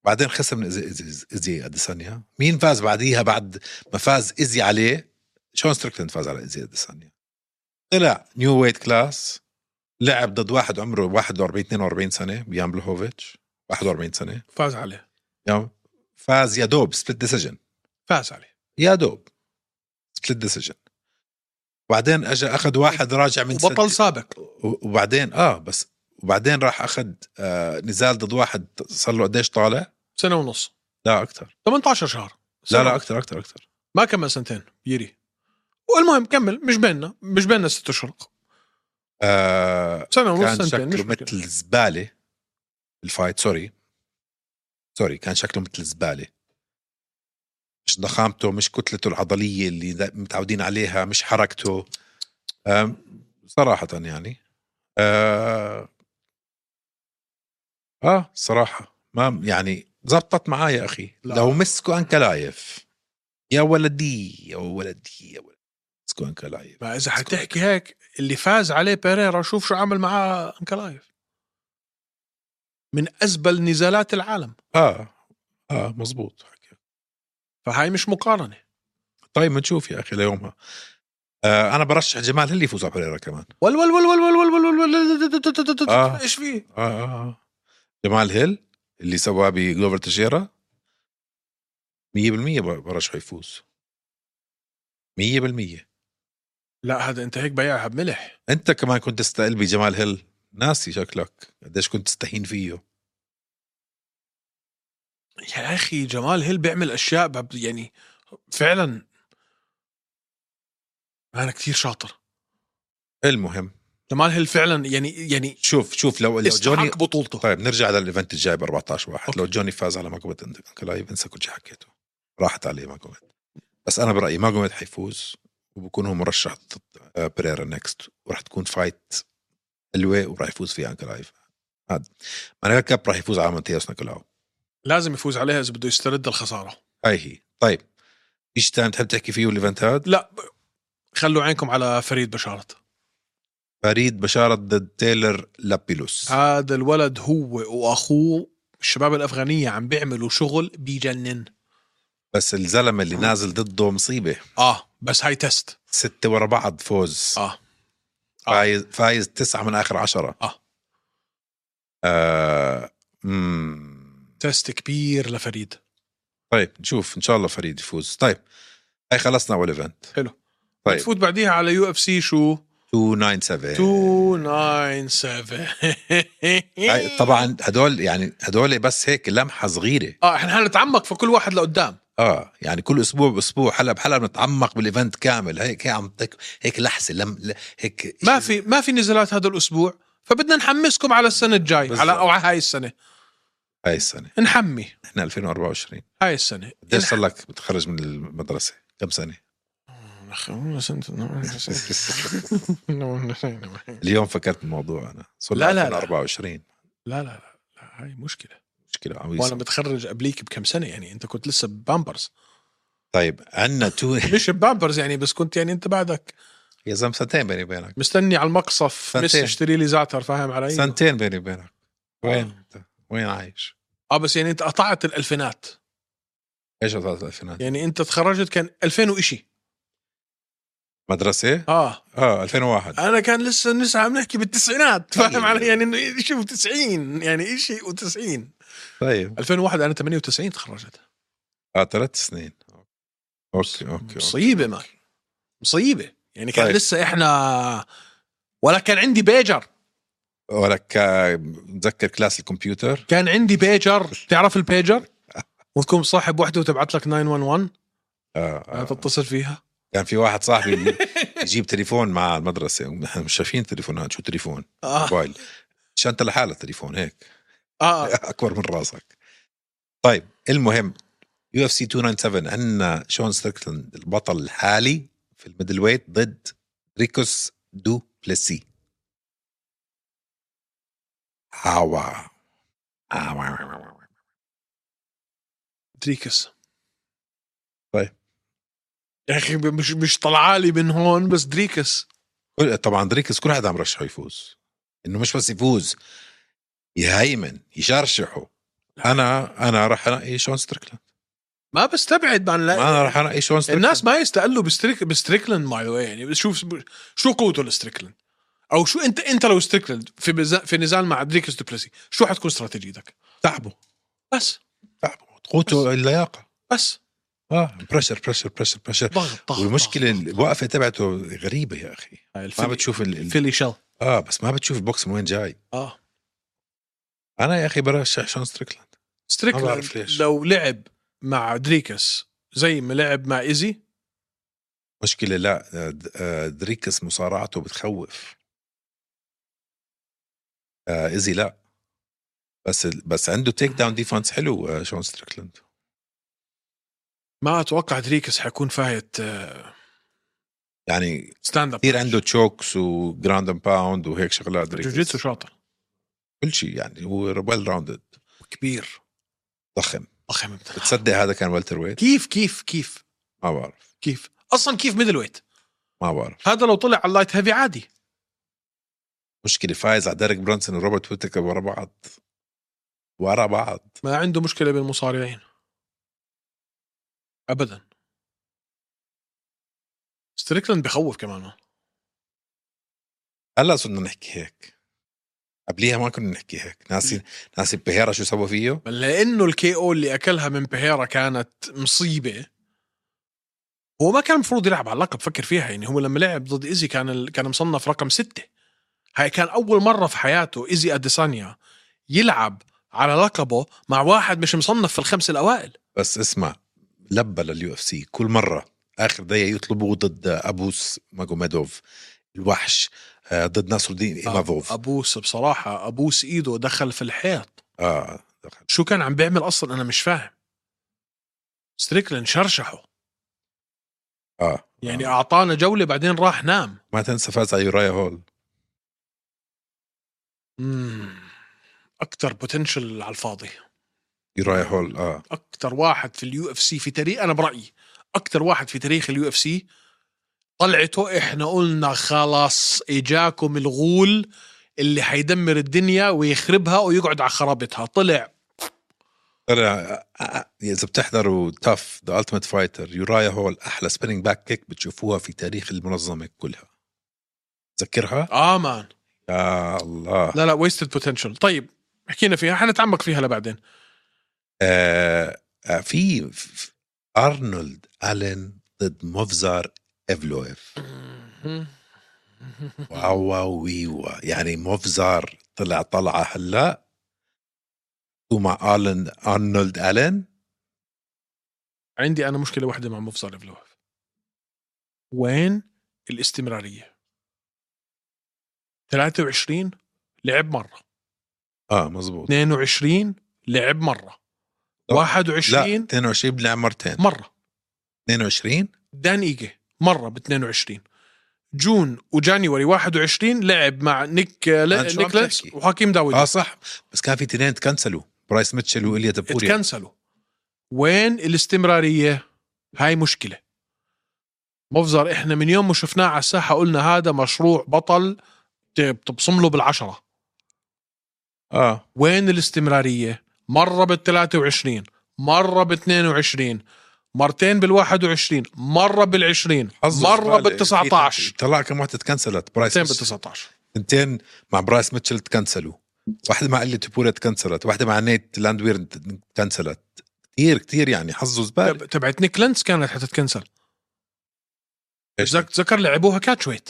Speaker 2: بعدين خسر من إزي, إزي, إزي أديسانيا مين فاز بعديها بعد ما فاز إزي عليه شون ستريكلاند فاز على إزي أديسانيا طلع نيو ويت كلاس لعب ضد واحد عمره 41 42 سنة بيان بلوهوفيتش 41 سنة
Speaker 1: فاز عليه
Speaker 2: يوم فاز يا دوب سبليت ديسيجن
Speaker 1: فاز عليه
Speaker 2: يا دوب سبليت ديسيجن وبعدين اجى اخذ واحد راجع من
Speaker 1: وبطل
Speaker 2: سد-
Speaker 1: سابق
Speaker 2: و- وبعدين اه بس وبعدين راح اخذ آه نزال ضد واحد صار له قديش طالع؟
Speaker 1: سنه ونص
Speaker 2: لا اكثر
Speaker 1: 18 شهر
Speaker 2: لا لا
Speaker 1: سنة.
Speaker 2: اكثر اكثر اكثر
Speaker 1: ما كمل سنتين يري والمهم كمل مش بيننا مش بيننا ست اشهر
Speaker 2: آه
Speaker 1: سنه ونص
Speaker 2: كان
Speaker 1: سنتين مش
Speaker 2: شكله
Speaker 1: مشكلة.
Speaker 2: مثل زباله الفايت سوري سوري كان شكله مثل زباله مش ضخامته مش كتلته العضليه اللي دا- متعودين عليها مش حركته آم، صراحه يعني اه, آه صراحه ما يعني زبطت معاه يا اخي
Speaker 1: لا.
Speaker 2: لو مسكوا انكلايف يا ولدي يا ولدي يا ولدي Let's go Ankalaev.
Speaker 1: ما اذا حتحكي هيك اللي فاز عليه بيريرا شوف شو عمل معاه انكلايف من ازبل نزالات العالم
Speaker 2: اه اه مزبوط حكي
Speaker 1: فهاي مش مقارنه
Speaker 2: طيب بنشوف يا اخي ليومها آه انا برشح جمال هلي يفوز على بريرا كمان
Speaker 1: ول ول ول ول ول ول ول ول ول
Speaker 2: آه.
Speaker 1: ايش فيه؟
Speaker 2: آه, آه, اه جمال هيل اللي سواه بجلوفر تشيرا 100% بر- برشحه يفوز 100%
Speaker 1: لا هذا انت هيك بيعها بملح
Speaker 2: انت كمان كنت تستقل بجمال هيل ناسي شكلك قديش كنت تستهين فيه
Speaker 1: يا اخي جمال هيل بيعمل اشياء بب- يعني فعلا انا كثير شاطر
Speaker 2: المهم
Speaker 1: جمال هيل فعلا يعني يعني
Speaker 2: شوف شوف لو لو جوني
Speaker 1: استحق بطولته
Speaker 2: طيب نرجع للايفنت الجاي ب 14 واحد
Speaker 1: أوكي.
Speaker 2: لو جوني فاز على ماكوميد انكلايف انسى كل شيء حكيته راحت عليه ماكوميد بس انا برايي ماكوميد حيفوز وبكون هو مرشح ضد آه، بريرا نيكست وراح تكون فايت حلوه وراح يفوز فيها انكلايف هذا معناها كاب راح يفوز على ماتياس نيكولاو
Speaker 1: لازم يفوز عليها اذا بده يسترد الخساره
Speaker 2: هاي هي طيب ايش تاني بتحب تحكي فيه الايفنت هذا
Speaker 1: لا ب- خلوا عينكم على فريد بشارة
Speaker 2: فريد بشارة ضد تايلر لابيلوس
Speaker 1: هذا الولد هو واخوه الشباب الافغانيه عم بيعملوا شغل بيجنن
Speaker 2: بس الزلمه اللي نازل ضده مصيبه
Speaker 1: اه بس هاي تيست
Speaker 2: ستة ورا بعض فوز
Speaker 1: اه
Speaker 2: فايز فايز تسعة من آخر عشرة
Speaker 1: آه.
Speaker 2: آه. مم.
Speaker 1: تيست كبير لفريد
Speaker 2: طيب نشوف إن شاء الله فريد يفوز طيب هاي خلصنا أول إيفنت
Speaker 1: حلو
Speaker 2: طيب آه.
Speaker 1: تفوت بعديها على يو اف سي شو
Speaker 2: 297
Speaker 1: 297
Speaker 2: هاي طبعا هدول يعني هدول بس هيك لمحة صغيرة
Speaker 1: اه احنا حنتعمق في كل واحد لقدام
Speaker 2: اه يعني كل اسبوع باسبوع حلقة بحلقة بنتعمق بالايفنت كامل هيك هيك عم هيك- هيك لحسة لم ل- هيك
Speaker 1: ما في ما في نزالات هذا الاسبوع فبدنا نحمسكم على السنه الجاي
Speaker 2: بالظبط.
Speaker 1: على او على هاي السنه
Speaker 2: هاي السنة
Speaker 1: نحمي
Speaker 2: احنا 2024
Speaker 1: هاي السنه
Speaker 2: قديش صار لك بتخرج من المدرسة كم سنة اليوم فكرت بالموضوع انا صار
Speaker 1: لا، لا، لا.
Speaker 2: 2024
Speaker 1: لا لا لا لا، هاي مشكلة
Speaker 2: مشكلة
Speaker 1: وانا
Speaker 2: عويصة
Speaker 1: متخرج قبليك بكم سنة يعني انت كنت لسه ببامبرز
Speaker 2: طيب عندنا تو
Speaker 1: مش ببامبرز يعني بس كنت يعني انت بعدك
Speaker 2: يا زلمة سنتين بيني وبينك
Speaker 1: مستني على المقصف ميسي
Speaker 2: سنتين.
Speaker 1: يشتري لي زعتر فاهم علي؟
Speaker 2: سنتين بيني وبينك وين انت؟ وين عايش؟
Speaker 1: اه بس يعني انت قطعت الالفينات
Speaker 2: ايش وصلت الالفينات؟
Speaker 1: يعني انت تخرجت كان 2000 وإشي
Speaker 2: مدرسة؟
Speaker 1: اه
Speaker 2: اه 2001
Speaker 1: انا كان لسه نسعى بنحكي بالتسعينات فاهم
Speaker 2: طيب.
Speaker 1: علي يعني انه إشي و90 يعني إشي و90
Speaker 2: طيب
Speaker 1: 2001 انا 98 تخرجت
Speaker 2: اه ثلاث سنين اوكي اوكي اوكي
Speaker 1: مصيبة ما مصيبة يعني كان
Speaker 2: طيب.
Speaker 1: لسه احنا ولا كان عندي بيجر
Speaker 2: ولك آه، متذكر كلاس الكمبيوتر
Speaker 1: كان عندي بيجر تعرف البيجر وتكون صاحب وحده وتبعت لك 911
Speaker 2: آه آه.
Speaker 1: تتصل فيها
Speaker 2: كان في واحد صاحبي اللي يجيب تليفون مع المدرسة ونحن مش شايفين تليفونات شو تليفون
Speaker 1: اه
Speaker 2: موبايل شنطة لحالها تليفون هيك
Speaker 1: اه
Speaker 2: اكبر من راسك طيب المهم يو اف سي 297 عندنا شون ستريكلاند البطل الحالي في الميدل ويت ضد ريكوس دو بليسي هاوا هاوا.
Speaker 1: تريكس
Speaker 2: طيب.
Speaker 1: يا اخي مش مش طلعالي من هون بس دريكس
Speaker 2: كل- طبعا ريكوس كل حدا مرشحه يفوز انه مش بس يفوز يهيمن يشرشحه انا انا راح انقي شون ستريكلاند
Speaker 1: ما بستبعد عن لا
Speaker 2: انا راح انقي شون ستريكلاند
Speaker 1: الناس ما يستقلوا بستريك بستريكلند باي ذا يعني بس شوف شو قوته لستريكلند او شو انت انت لو ستريكلند في بز... في نزال مع دريكس دوبلسي شو حتكون استراتيجيتك؟
Speaker 2: تعبه
Speaker 1: بس
Speaker 2: تعبه قوته اللياقه
Speaker 1: بس
Speaker 2: اه بريشر بريشر بريشر بريشر
Speaker 1: ضغط ضغط
Speaker 2: والمشكله
Speaker 1: ضغط.
Speaker 2: الوقفه تبعته غريبه يا اخي
Speaker 1: هاي
Speaker 2: ما
Speaker 1: الفيلي-
Speaker 2: بتشوف ال... ال...
Speaker 1: فيلي شل
Speaker 2: اه بس ما بتشوف البوكس من وين جاي
Speaker 1: اه
Speaker 2: انا يا اخي برشح شون ستريكلاند ما
Speaker 1: ستريكلاند
Speaker 2: بعرف ليش.
Speaker 1: لو لعب مع دريكس زي ما لعب مع ايزي
Speaker 2: مشكله لا آه، د- آه، دريكس مصارعته بتخوف آه ايزي لا بس ال... بس عنده تيك داون ديفانس حلو آه شون ستريكلاند
Speaker 1: ما اتوقع دريكس حيكون فايت آه،
Speaker 2: يعني
Speaker 1: ستاند اب
Speaker 2: كثير عنده تشوكس وجراند اند باوند وهيك شغلات دريكس
Speaker 1: جوجيتسو شاطر
Speaker 2: كل شيء يعني هو ويل راوندد
Speaker 1: كبير
Speaker 2: ضخم
Speaker 1: ضخم ابن
Speaker 2: بتصدق هذا كان والتر ويت
Speaker 1: كيف كيف كيف
Speaker 2: ما بعرف
Speaker 1: كيف اصلا كيف ميدل ويت
Speaker 2: ما بعرف
Speaker 1: هذا لو طلع على اللايت هيفي عادي
Speaker 2: مشكله فايز على ديريك برانسون وروبرت ويتكر ورا بعض ورا بعض
Speaker 1: ما عنده مشكله بالمصارعين ابدا ستريكلاند بخوف كمان
Speaker 2: هلا صرنا نحكي هيك قبليها ما كنا نحكي هيك ناسي ناسي بهيرا شو سوى فيه
Speaker 1: بل لانه الكي او اللي اكلها من بهيرا كانت مصيبه هو ما كان المفروض يلعب على اللقب فكر فيها يعني هو لما لعب ضد ايزي كان ال... كان مصنف رقم ستة هاي كان اول مره في حياته ايزي اديسانيا يلعب على لقبه مع واحد مش مصنف في الخمس الاوائل
Speaker 2: بس اسمع لبى لليو اف سي كل مره اخر دقيقه يطلبوه ضد ابوس ماجوميدوف الوحش آه، ضد ناصر الدين ايمافوف
Speaker 1: ابوس بصراحه ابوس ايده دخل في الحيط
Speaker 2: اه دخل.
Speaker 1: شو كان عم بيعمل اصلا انا مش فاهم ستريكلين شرشحه
Speaker 2: اه
Speaker 1: يعني اعطانا جوله بعدين راح نام
Speaker 2: ما تنسى فاز على يورايا هول
Speaker 1: مم. اكتر بوتنشل على الفاضي
Speaker 2: يورايا هول اه
Speaker 1: اكتر واحد في اليو اف سي في تاريخ انا برايي اكتر واحد في تاريخ اليو اف سي طلعته احنا قلنا خلاص اجاكم الغول اللي حيدمر الدنيا ويخربها ويقعد على خرابتها طلع
Speaker 2: طلع آه، آه، اذا بتحضروا تاف ذا التيمت فايتر يورايا هول احلى سبيننج باك كيك بتشوفوها في تاريخ المنظمه كلها تذكرها
Speaker 1: اه مان
Speaker 2: يا الله
Speaker 1: لا لا ويستد بوتنشل طيب حكينا فيها حنتعمق فيها لبعدين
Speaker 2: آه آه، في في- ارنولد الين ضد مفزر ايفلويف واو واو ويوا يعني مفزر طلع طلعه هلا ومع الين ارنولد الين
Speaker 1: عندي انا مشكله واحده مع مفصل فلوف وين الاستمراريه 23 لعب مره
Speaker 2: اه مزبوط
Speaker 1: نعم. 22 لعب مره
Speaker 2: لا،
Speaker 1: 21
Speaker 2: لا 22 بلعب مرتين
Speaker 1: مره
Speaker 2: 22
Speaker 1: دان ايجي مره ب 22 جون وجانيوري 21 لعب مع نيك
Speaker 2: عن شو عم
Speaker 1: نيكلاس
Speaker 2: تحكي؟
Speaker 1: وحكيم داوود
Speaker 2: اه صح بس كان في تنين تكنسلوا برايس ميتشل واليا دبوري
Speaker 1: اتكنسلوا وين الاستمراريه هاي مشكله مفزر احنا من يوم ما شفناه على الساحه قلنا هذا مشروع بطل ت- بتبصم له بالعشره
Speaker 2: اه
Speaker 1: وين الاستمراريه مره بال23 مره ب22 مرتين بال21 مره بال20
Speaker 2: حظه
Speaker 1: مره
Speaker 2: زبالة.
Speaker 1: بال19
Speaker 2: طلع كم واحدة تكنسلت برايس
Speaker 1: مرتين
Speaker 2: ميتشل.
Speaker 1: بال19
Speaker 2: تنتين مع برايس ميتشل تكنسلوا واحدة مع اللي تبورا تكنسلت واحدة مع نيت لاندوير تكنسلت كثير كثير يعني حظه زبالة
Speaker 1: تبعت نيك لينس كانت حتتكنسل ذك- ذكر لعبوها كاتش ويت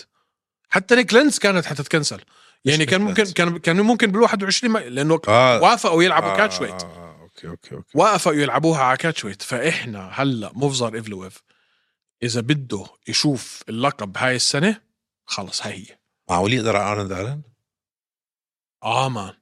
Speaker 1: حتى نيك لينس كانت حتتكنسل يعني
Speaker 2: نيك
Speaker 1: كان ممكن
Speaker 2: لينز.
Speaker 1: كان كان ممكن بال 21 ما- لانه
Speaker 2: اه
Speaker 1: وافقوا يلعبوا
Speaker 2: آه،
Speaker 1: كاتش ويت
Speaker 2: آه، آه، اوكي اوكي اوكي
Speaker 1: وافقوا يلعبوها على كاتش ويت فاحنا هلا مفزر ايفلويف اذا بده يشوف اللقب هاي السنه خلص هاي هي
Speaker 2: معقول يقدر على ارنولد الن؟
Speaker 1: اه مان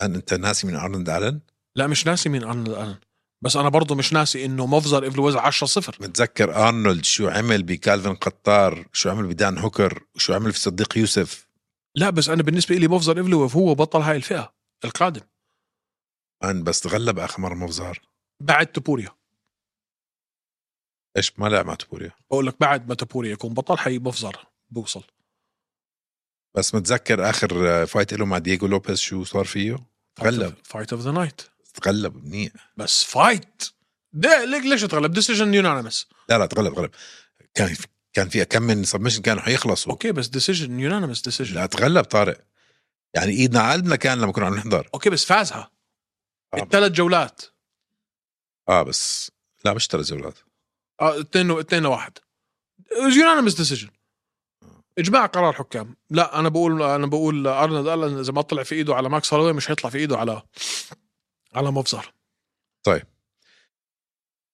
Speaker 2: هل انت ناسي من ارنولد الن؟
Speaker 1: لا مش ناسي مين ارنولد الن بس انا برضه مش ناسي انه مفزر ايفلويف 10 0
Speaker 2: متذكر ارنولد شو عمل بكالفن قطار شو عمل بدان هوكر شو عمل في صديق يوسف
Speaker 1: لا بس انا بالنسبه لي مفزر ايفلويف هو بطل هاي الفئه القادم
Speaker 2: مان بس تغلب اخر مره مبزار
Speaker 1: بعد تبوريا
Speaker 2: ايش ما لعب مع تبوريا
Speaker 1: بقول لك بعد ما تبوريا يكون بطل حي مفزر بوصل
Speaker 2: بس متذكر اخر فايت له مع دييغو لوبيز شو صار فيه تغلب
Speaker 1: فايت اوف ذا نايت
Speaker 2: تغلب منيح
Speaker 1: بس فايت ده ليك ليش تغلب ديسيجن يونانيمس
Speaker 2: لا لا تغلب تغلب كان في كان في كم من سبمشن كانوا حيخلصوا
Speaker 1: اوكي بس ديسيجن يونانيمس ديسيجن
Speaker 2: لا تغلب طارق يعني ايدنا على قلبنا كان لما كنا عم نحضر
Speaker 1: اوكي بس فازها
Speaker 2: آه.
Speaker 1: الثلاث جولات
Speaker 2: اه بس لا مش ثلاث جولات
Speaker 1: اه اثنين اثنين واحد يونانيمس ديسيجن
Speaker 2: آه.
Speaker 1: اجماع قرار حكام لا انا بقول انا بقول ارنولد الن اذا ما طلع في ايده على ماكس هولوي مش هيطلع في ايده على على مفزر
Speaker 2: طيب.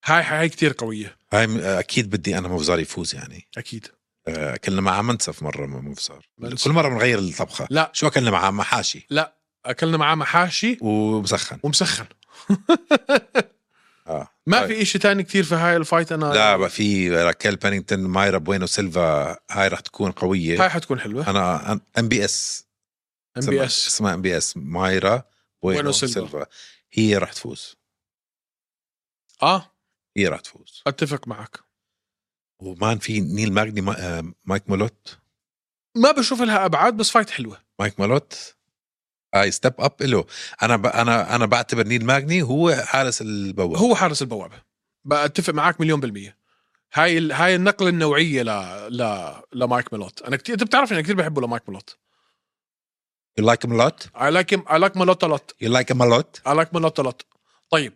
Speaker 1: هاي هاي كثير قويه
Speaker 2: هاي م- آه، اكيد بدي انا مفزار يفوز يعني
Speaker 1: اكيد
Speaker 2: آه، اكلنا معاه منسف مره ما مفزار
Speaker 1: منسف.
Speaker 2: كل مره بنغير الطبخه
Speaker 1: لا.
Speaker 2: شو اكلنا معاه محاشي
Speaker 1: اكلنا معاه محاشي
Speaker 2: ومسخن
Speaker 1: ومسخن
Speaker 2: اه
Speaker 1: ما
Speaker 2: طيب.
Speaker 1: في شيء تاني كثير في هاي الفايت انا
Speaker 2: لا بقى في راكيل بانينغتون مايرا بوينو سيلفا هاي رح تكون قويه
Speaker 1: هاي حتكون حلوه
Speaker 2: انا ام بي اس
Speaker 1: ام
Speaker 2: اسمها-
Speaker 1: بي اس
Speaker 2: اسمها ام بي اس مايرا بوينو
Speaker 1: بوينو سيلفا.
Speaker 2: سيلفا هي رح تفوز
Speaker 1: اه
Speaker 2: هي رح تفوز
Speaker 1: اتفق معك
Speaker 2: ومان في نيل ماجني ما... آه، مايك مولوت
Speaker 1: ما بشوف لها ابعاد بس فايت حلوه
Speaker 2: مايك مولوت اي ستيب اب له انا ب... انا انا بعتبر نيل ماجني هو حارس البوابه
Speaker 1: هو حارس البوابه بتفق معك مليون بالميه هاي ال... هاي النقله النوعيه ل ل لمايك ميلوت انا كتير انت بتعرف اني كثير بحبه لمايك ميلوت
Speaker 2: يو لايك هيم لوت
Speaker 1: I like him I like ميلوت a lot
Speaker 2: يو لايك هيم لوت
Speaker 1: I like ميلوت a lot طيب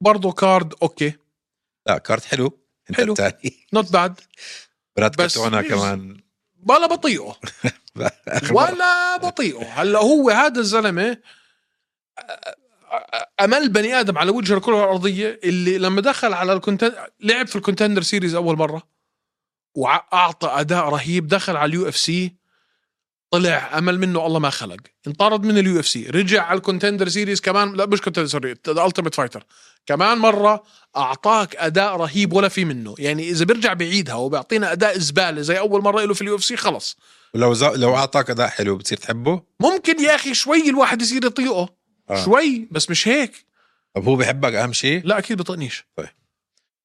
Speaker 1: برضه كارد اوكي
Speaker 2: لا كارت حلو انت
Speaker 1: حلو.
Speaker 2: الثاني
Speaker 1: نوت باد
Speaker 2: براد
Speaker 1: بس
Speaker 2: كتونا
Speaker 1: مش-
Speaker 2: كمان
Speaker 1: ولا بطيئه
Speaker 2: آخر مرة.
Speaker 1: ولا بطيئه هلا هو هذا الزلمه امل بني ادم على وجه الكره الارضيه اللي لما دخل على الكونتن لعب في الكونتندر سيريز اول مره واعطى اداء رهيب دخل على اليو اف سي طلع امل منه الله ما خلق انطرد من اليو اف سي رجع على الكونتندر سيريز كمان لا مش كونتندر سوري الالتيميت فايتر كمان مره اعطاك اداء رهيب ولا في منه يعني اذا بيرجع بعيدها وبيعطينا اداء زباله زي اول مره له في اليو اف سي خلص
Speaker 2: ولو ز... لو اعطاك اداء حلو بتصير تحبه
Speaker 1: ممكن يا اخي شوي الواحد يصير يطيقه
Speaker 2: آه.
Speaker 1: آه. شوي بس مش هيك
Speaker 2: طب هو بحبك اهم شيء
Speaker 1: لا اكيد بطقنيش
Speaker 2: طيب.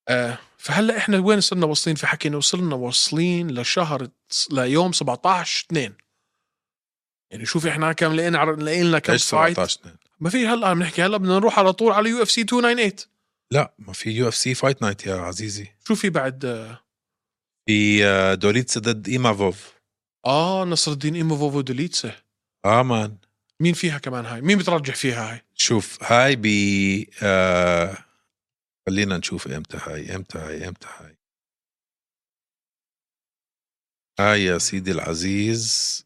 Speaker 1: آه فهلا احنا وين صرنا واصلين في حكينا وصلنا واصلين لشهر ليوم 17 2 يعني شوف احنا كم لقينا لقينا كم
Speaker 2: ايش
Speaker 1: فايت
Speaker 2: 17
Speaker 1: ما في هلا عم نحكي هلا بدنا نروح على طول على يو اف سي 298
Speaker 2: لا ما في يو اف سي فايت نايت يا عزيزي
Speaker 1: شو في بعد آه،
Speaker 2: في آه، دوليتس ضد ايمافوف
Speaker 1: اه نصر الدين ايموفوف ودوليتسه
Speaker 2: اه مان
Speaker 1: مين فيها كمان هاي مين بترجح فيها هاي
Speaker 2: شوف هاي ب آه... خلينا نشوف امتى هاي امتى هاي امتى هاي هاي يا سيدي العزيز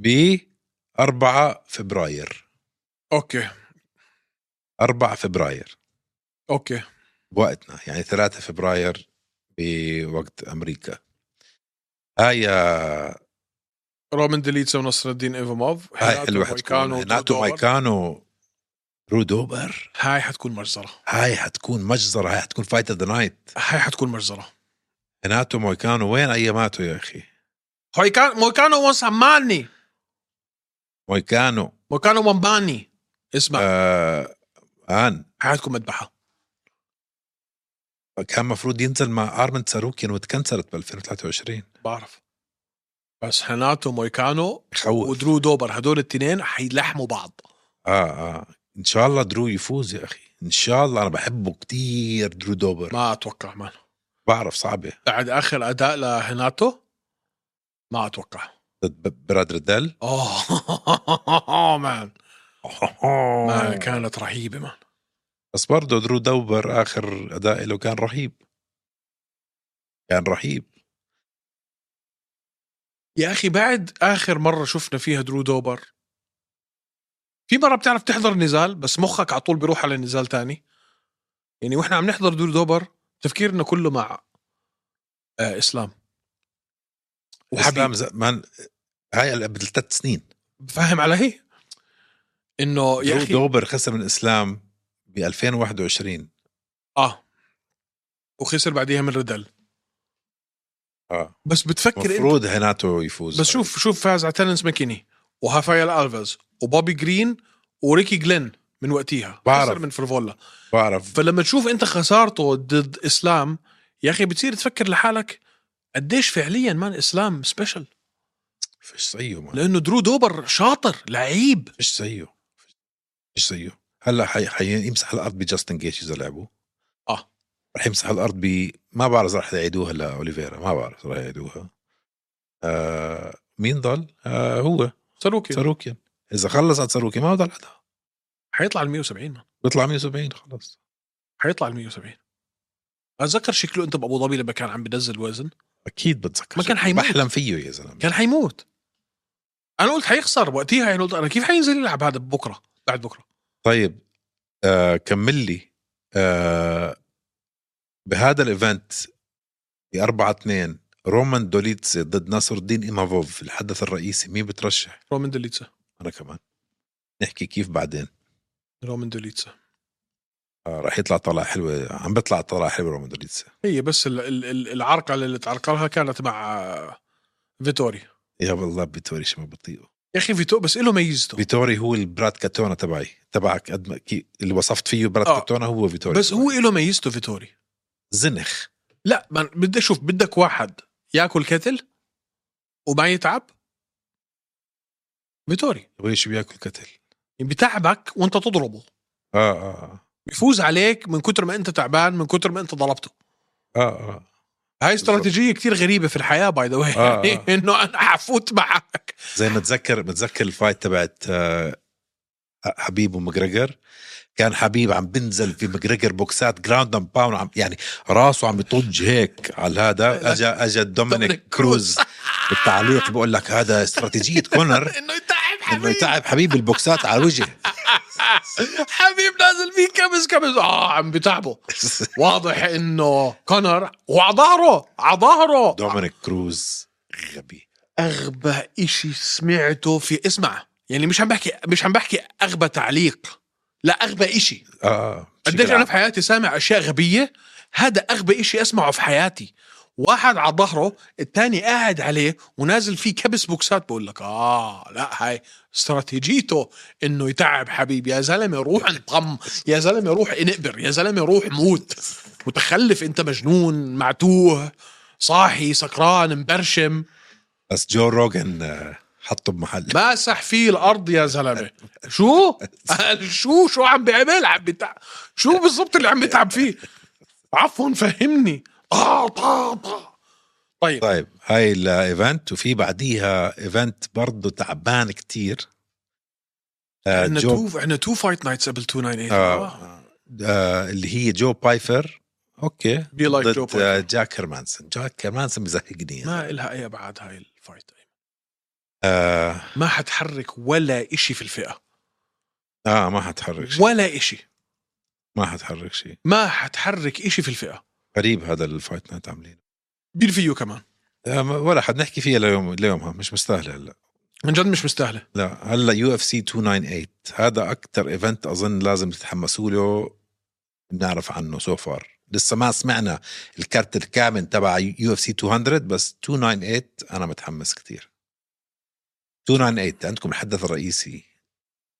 Speaker 2: ب 4 فبراير
Speaker 1: اوكي
Speaker 2: 4 فبراير
Speaker 1: اوكي
Speaker 2: بوقتنا يعني 3 فبراير بوقت امريكا هاي يا
Speaker 1: رومان دوليتسه ونصر الدين ايفوموف
Speaker 2: هاي حلوه حتكون هناتو مايكانو برو دوبر
Speaker 1: هاي حتكون مجزره
Speaker 2: هاي حتكون مجزره هاي حتكون فايت ذا نايت
Speaker 1: هاي حتكون مجزره
Speaker 2: هناتو مايكانو وين اياماته يا اخي
Speaker 1: هاي كان موكانو وان سماني
Speaker 2: مايكانو
Speaker 1: موكانو وان باني اسمع آه.
Speaker 2: آه ان
Speaker 1: هاي حتكون مذبحه
Speaker 2: كان مفروض ينزل مع ارمن تساروكيان وتكنسلت ب 2023
Speaker 1: بعرف بس هناتو مويكانو
Speaker 2: يخوف
Speaker 1: ودرو دوبر هدول التنين حيلحموا بعض
Speaker 2: اه اه ان شاء الله درو يفوز يا اخي ان شاء الله انا بحبه كتير درو دوبر
Speaker 1: ما اتوقع مان
Speaker 2: بعرف صعبه
Speaker 1: بعد اخر اداء لهناتو ما اتوقع
Speaker 2: ضد ب- براد ريدل
Speaker 1: اوه مان ما كانت رهيبه مان
Speaker 2: بس برضه درو دوبر اخر اداء له كان رهيب كان رهيب
Speaker 1: يا اخي بعد اخر مره شفنا فيها درو دوبر في مره بتعرف تحضر نزال بس مخك على طول بيروح على نزال تاني يعني واحنا عم نحضر درو دوبر تفكيرنا كله مع آه اسلام
Speaker 2: وحبيب
Speaker 1: وحبيب
Speaker 2: زمان هاي قبل ثلاث سنين
Speaker 1: فاهم علي انه يا
Speaker 2: درو
Speaker 1: اخي
Speaker 2: دوبر خسر من اسلام ب 2021
Speaker 1: اه وخسر بعديها من ريدل
Speaker 2: اه
Speaker 1: بس بتفكر انت
Speaker 2: المفروض هيناتو يفوز
Speaker 1: بس شوف شوف فاز على تيرنس ماكيني وهافايل الفيز وبوبي جرين وريكي جلين من وقتيها
Speaker 2: بعرف.
Speaker 1: خسر من فرفولا
Speaker 2: بعرف
Speaker 1: فلما تشوف انت خسارته ضد اسلام يا اخي بتصير تفكر لحالك قديش فعليا مان اسلام سبيشل
Speaker 2: فيش زيه ما
Speaker 1: لانه درو دوبر شاطر لعيب
Speaker 2: فيش زيه فيش زيه هلا حي... حي... يمسح الارض بجاستن جيتش اذا لعبوا
Speaker 1: آه.
Speaker 2: رح يمسح الارض ب ما بعرف إذا رح يعيدوها لاوليفيرا ما بعرف إذا رح يعيدوها آه... مين ضل؟ آه هو
Speaker 1: ساروكي
Speaker 2: ساروكيان اذا خلص على ساروكيان ما ضل حدا
Speaker 1: حيطلع ال 170 مان
Speaker 2: بيطلع 170 خلص
Speaker 1: حيطلع ال 170 اتذكر شكله انت بابو ظبي لما كان عم بنزل وزن
Speaker 2: اكيد بتذكر
Speaker 1: ما كان
Speaker 2: شيء.
Speaker 1: حيموت.
Speaker 2: بحلم فيه يا زلمه
Speaker 1: كان حيموت انا قلت حيخسر وقتيها يعني قلت انا كيف حينزل يلعب هذا بكره بعد بكره
Speaker 2: طيب آه كمل لي آه بهذا الايفنت ب 4 2 رومان دوليتس ضد ناصر الدين ايمافوف الحدث الرئيسي مين بترشح؟
Speaker 1: رومان دوليتسا
Speaker 2: انا كمان نحكي كيف بعدين
Speaker 1: رومان دوليتسا
Speaker 2: آه رح يطلع طلعه حلوه عم بيطلع طلعه حلوه رومان دوليتس
Speaker 1: هي بس ال- ال- ال- العرقله اللي تعرقلها كانت مع آه، فيتوري
Speaker 2: يا والله فيتوري شو ما بطيئه
Speaker 1: يا اخي فيتو بس له ميزته
Speaker 2: فيتوري هو البراد كاتونا تبعي تبعك قد ما كي- اللي وصفت فيه براد
Speaker 1: آه.
Speaker 2: كاتونا هو فيتوري
Speaker 1: بس هو له ميزته فيتوري
Speaker 2: زنخ
Speaker 1: لا ما أنا بدي اشوف بدك واحد ياكل كتل وما يتعب فيتوري
Speaker 2: ويش بياكل كتل
Speaker 1: يعني بتعبك وانت تضربه
Speaker 2: اه اه
Speaker 1: بيفوز عليك من كتر ما انت تعبان من كتر ما انت ضربته
Speaker 2: اه اه
Speaker 1: هاي استراتيجيه كتير غريبه في الحياه باي ذا واي
Speaker 2: آه،
Speaker 1: يعني انه انا حفوت معك
Speaker 2: زي ما تذكر متذكر الفايت تبعت آه، حبيب ومجريجر كان حبيب عم بنزل في مجريجر بوكسات جراوند اند باوند عم يعني راسه عم يطج هيك على هذا اجا اجا دومينيك
Speaker 1: دومينيك كروز.
Speaker 2: كروز بالتعليق بقول لك هذا استراتيجيه كونر
Speaker 1: انه يتعب
Speaker 2: انه
Speaker 1: حبيب
Speaker 2: يتعب حبيب البوكسات على وجهه
Speaker 1: حبيب نازل فيه كبس كبس اه عم بتعبه واضح انه كونر وعظهره عظهره
Speaker 2: دومينيك كروز غبي
Speaker 1: اغبى اشي سمعته في اسمع يعني مش عم بحكي مش عم بحكي اغبى تعليق لا اغبى اشي
Speaker 2: اه
Speaker 1: قديش انا في حياتي سامع اشياء غبيه هذا اغبى اشي اسمعه في حياتي واحد على ظهره الثاني قاعد عليه ونازل فيه كبس بوكسات بقول لك اه لا هاي استراتيجيته انه يتعب حبيب يا زلمه روح انضم يا زلمه روح انقبر يا زلمه روح موت متخلف انت مجنون معتوه صاحي سكران مبرشم
Speaker 2: بس جو روجن آه، حطه بمحل
Speaker 1: ماسح فيه الارض يا زلمه شو قال شو شو عم بيعمل عم بتع... شو بالضبط اللي عم بتعب فيه عفوا فهمني طا طا طا طيب
Speaker 2: طيب هاي الايفنت وفي بعديها ايفنت برضه تعبان كتير آه،
Speaker 1: عندنا
Speaker 2: جو
Speaker 1: تو عندنا تو فايت نايتس قبل 298
Speaker 2: آه. آه، اللي هي جو بايفر اوكي
Speaker 1: Be like
Speaker 2: ضد،
Speaker 1: Joe Piper.
Speaker 2: آه، جاك هرمانسون جاك يعني. هرمانسون بزهقني أنا.
Speaker 1: ما إلها اي ابعاد هاي الفايت
Speaker 2: آه.
Speaker 1: ما حتحرك ولا إشي في الفئه
Speaker 2: اه ما حتحرك شيء
Speaker 1: ولا إشي
Speaker 2: ما حتحرك شيء
Speaker 1: ما حتحرك إشي في الفئه
Speaker 2: غريب هذا الفايت نايت عاملينه
Speaker 1: بين فيو كمان
Speaker 2: آه، ما- ولا حنحكي فيها ليوم ليومها مش مستاهله هلا
Speaker 1: من جد مش مستاهله
Speaker 2: لا هلا يو اف سي 298 هذا اكثر ايفنت اظن لازم تتحمسوا له بنعرف عنه سو فار لسه ما سمعنا الكارت الكامل تبع يو اف سي 200 بس 298 انا متحمس كثير 298 عندكم الحدث الرئيسي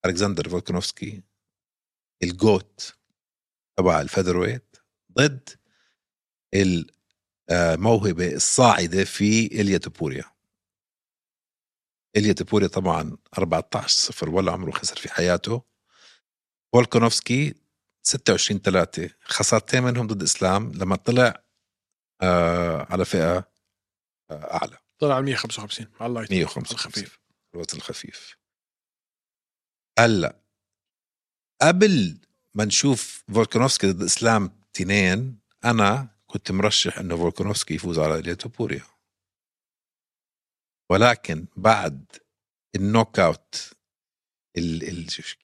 Speaker 2: الكسندر فولكنوفسكي الجوت تبع الفيذر ويت ضد الموهبه الصاعده في اليا تبوريا إليا تبوري طبعا 14 صفر ولا عمره خسر في حياته فولكونوفسكي 26 3 خسارتين منهم ضد اسلام لما طلع آه على فئه آه اعلى
Speaker 1: طلع على 155 على اللايت
Speaker 2: 155
Speaker 1: الخفيف
Speaker 2: الوزن الخفيف هلا قبل ما نشوف فولكانوفسكي ضد اسلام تنين انا كنت مرشح انه فولكانوفسكي يفوز على اليا توبوريا ولكن بعد النوك اوت ال ال شو-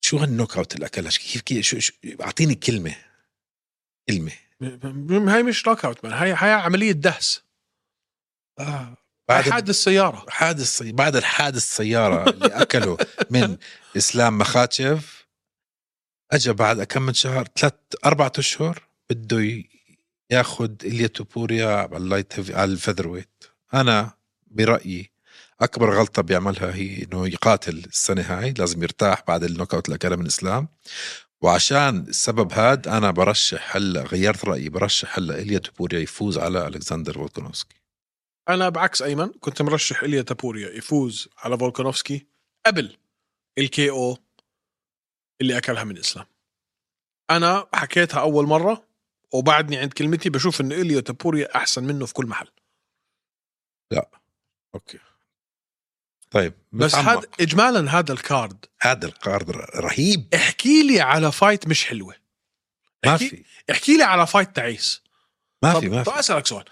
Speaker 2: شو هالنوك اوت اللي اكلها كيف كيف شو شو اعطيني كلمه كلمه
Speaker 1: م- م- هاي مش نوك اوت مان هاي هاي عمليه دهس
Speaker 2: آه.
Speaker 1: بعد
Speaker 2: بعد
Speaker 1: حادث السياره
Speaker 2: حادث بعد الحادث سيارة اللي أكله من إسلام مخاتشف أجا بعد كم من شهر ثلاث أربعة أشهر بده ي- ياخد إليا توبوريا على اللايت هيفي- على الفيذر ويت أنا برأيي أكبر غلطة بيعملها هي إنه يقاتل السنة هاي لازم يرتاح بعد النوك أوت اللي أكلها من إسلام وعشان السبب هاد أنا برشح هلا غيرت رأيي برشح هلا إليا توبوريا يفوز على ألكسندر فولكانوفسكي
Speaker 1: انا بعكس ايمن كنت مرشح اليا تابوريا يفوز على فولكانوفسكي قبل الكي او اللي اكلها من اسلام انا حكيتها اول مره وبعدني عند كلمتي بشوف ان اليا تابوريا احسن منه في كل محل
Speaker 2: اوكي طيب
Speaker 1: بس
Speaker 2: متعمق.
Speaker 1: هذا اجمالا هذا الكارد
Speaker 2: هذا القرض ر- رهيب
Speaker 1: احكي لي على فايت مش حلوه
Speaker 2: ما
Speaker 1: أكيد.
Speaker 2: في
Speaker 1: احكي لي على فايت تعيس
Speaker 2: ما
Speaker 1: طب-
Speaker 2: في ما
Speaker 1: طب
Speaker 2: في
Speaker 1: اسالك سؤال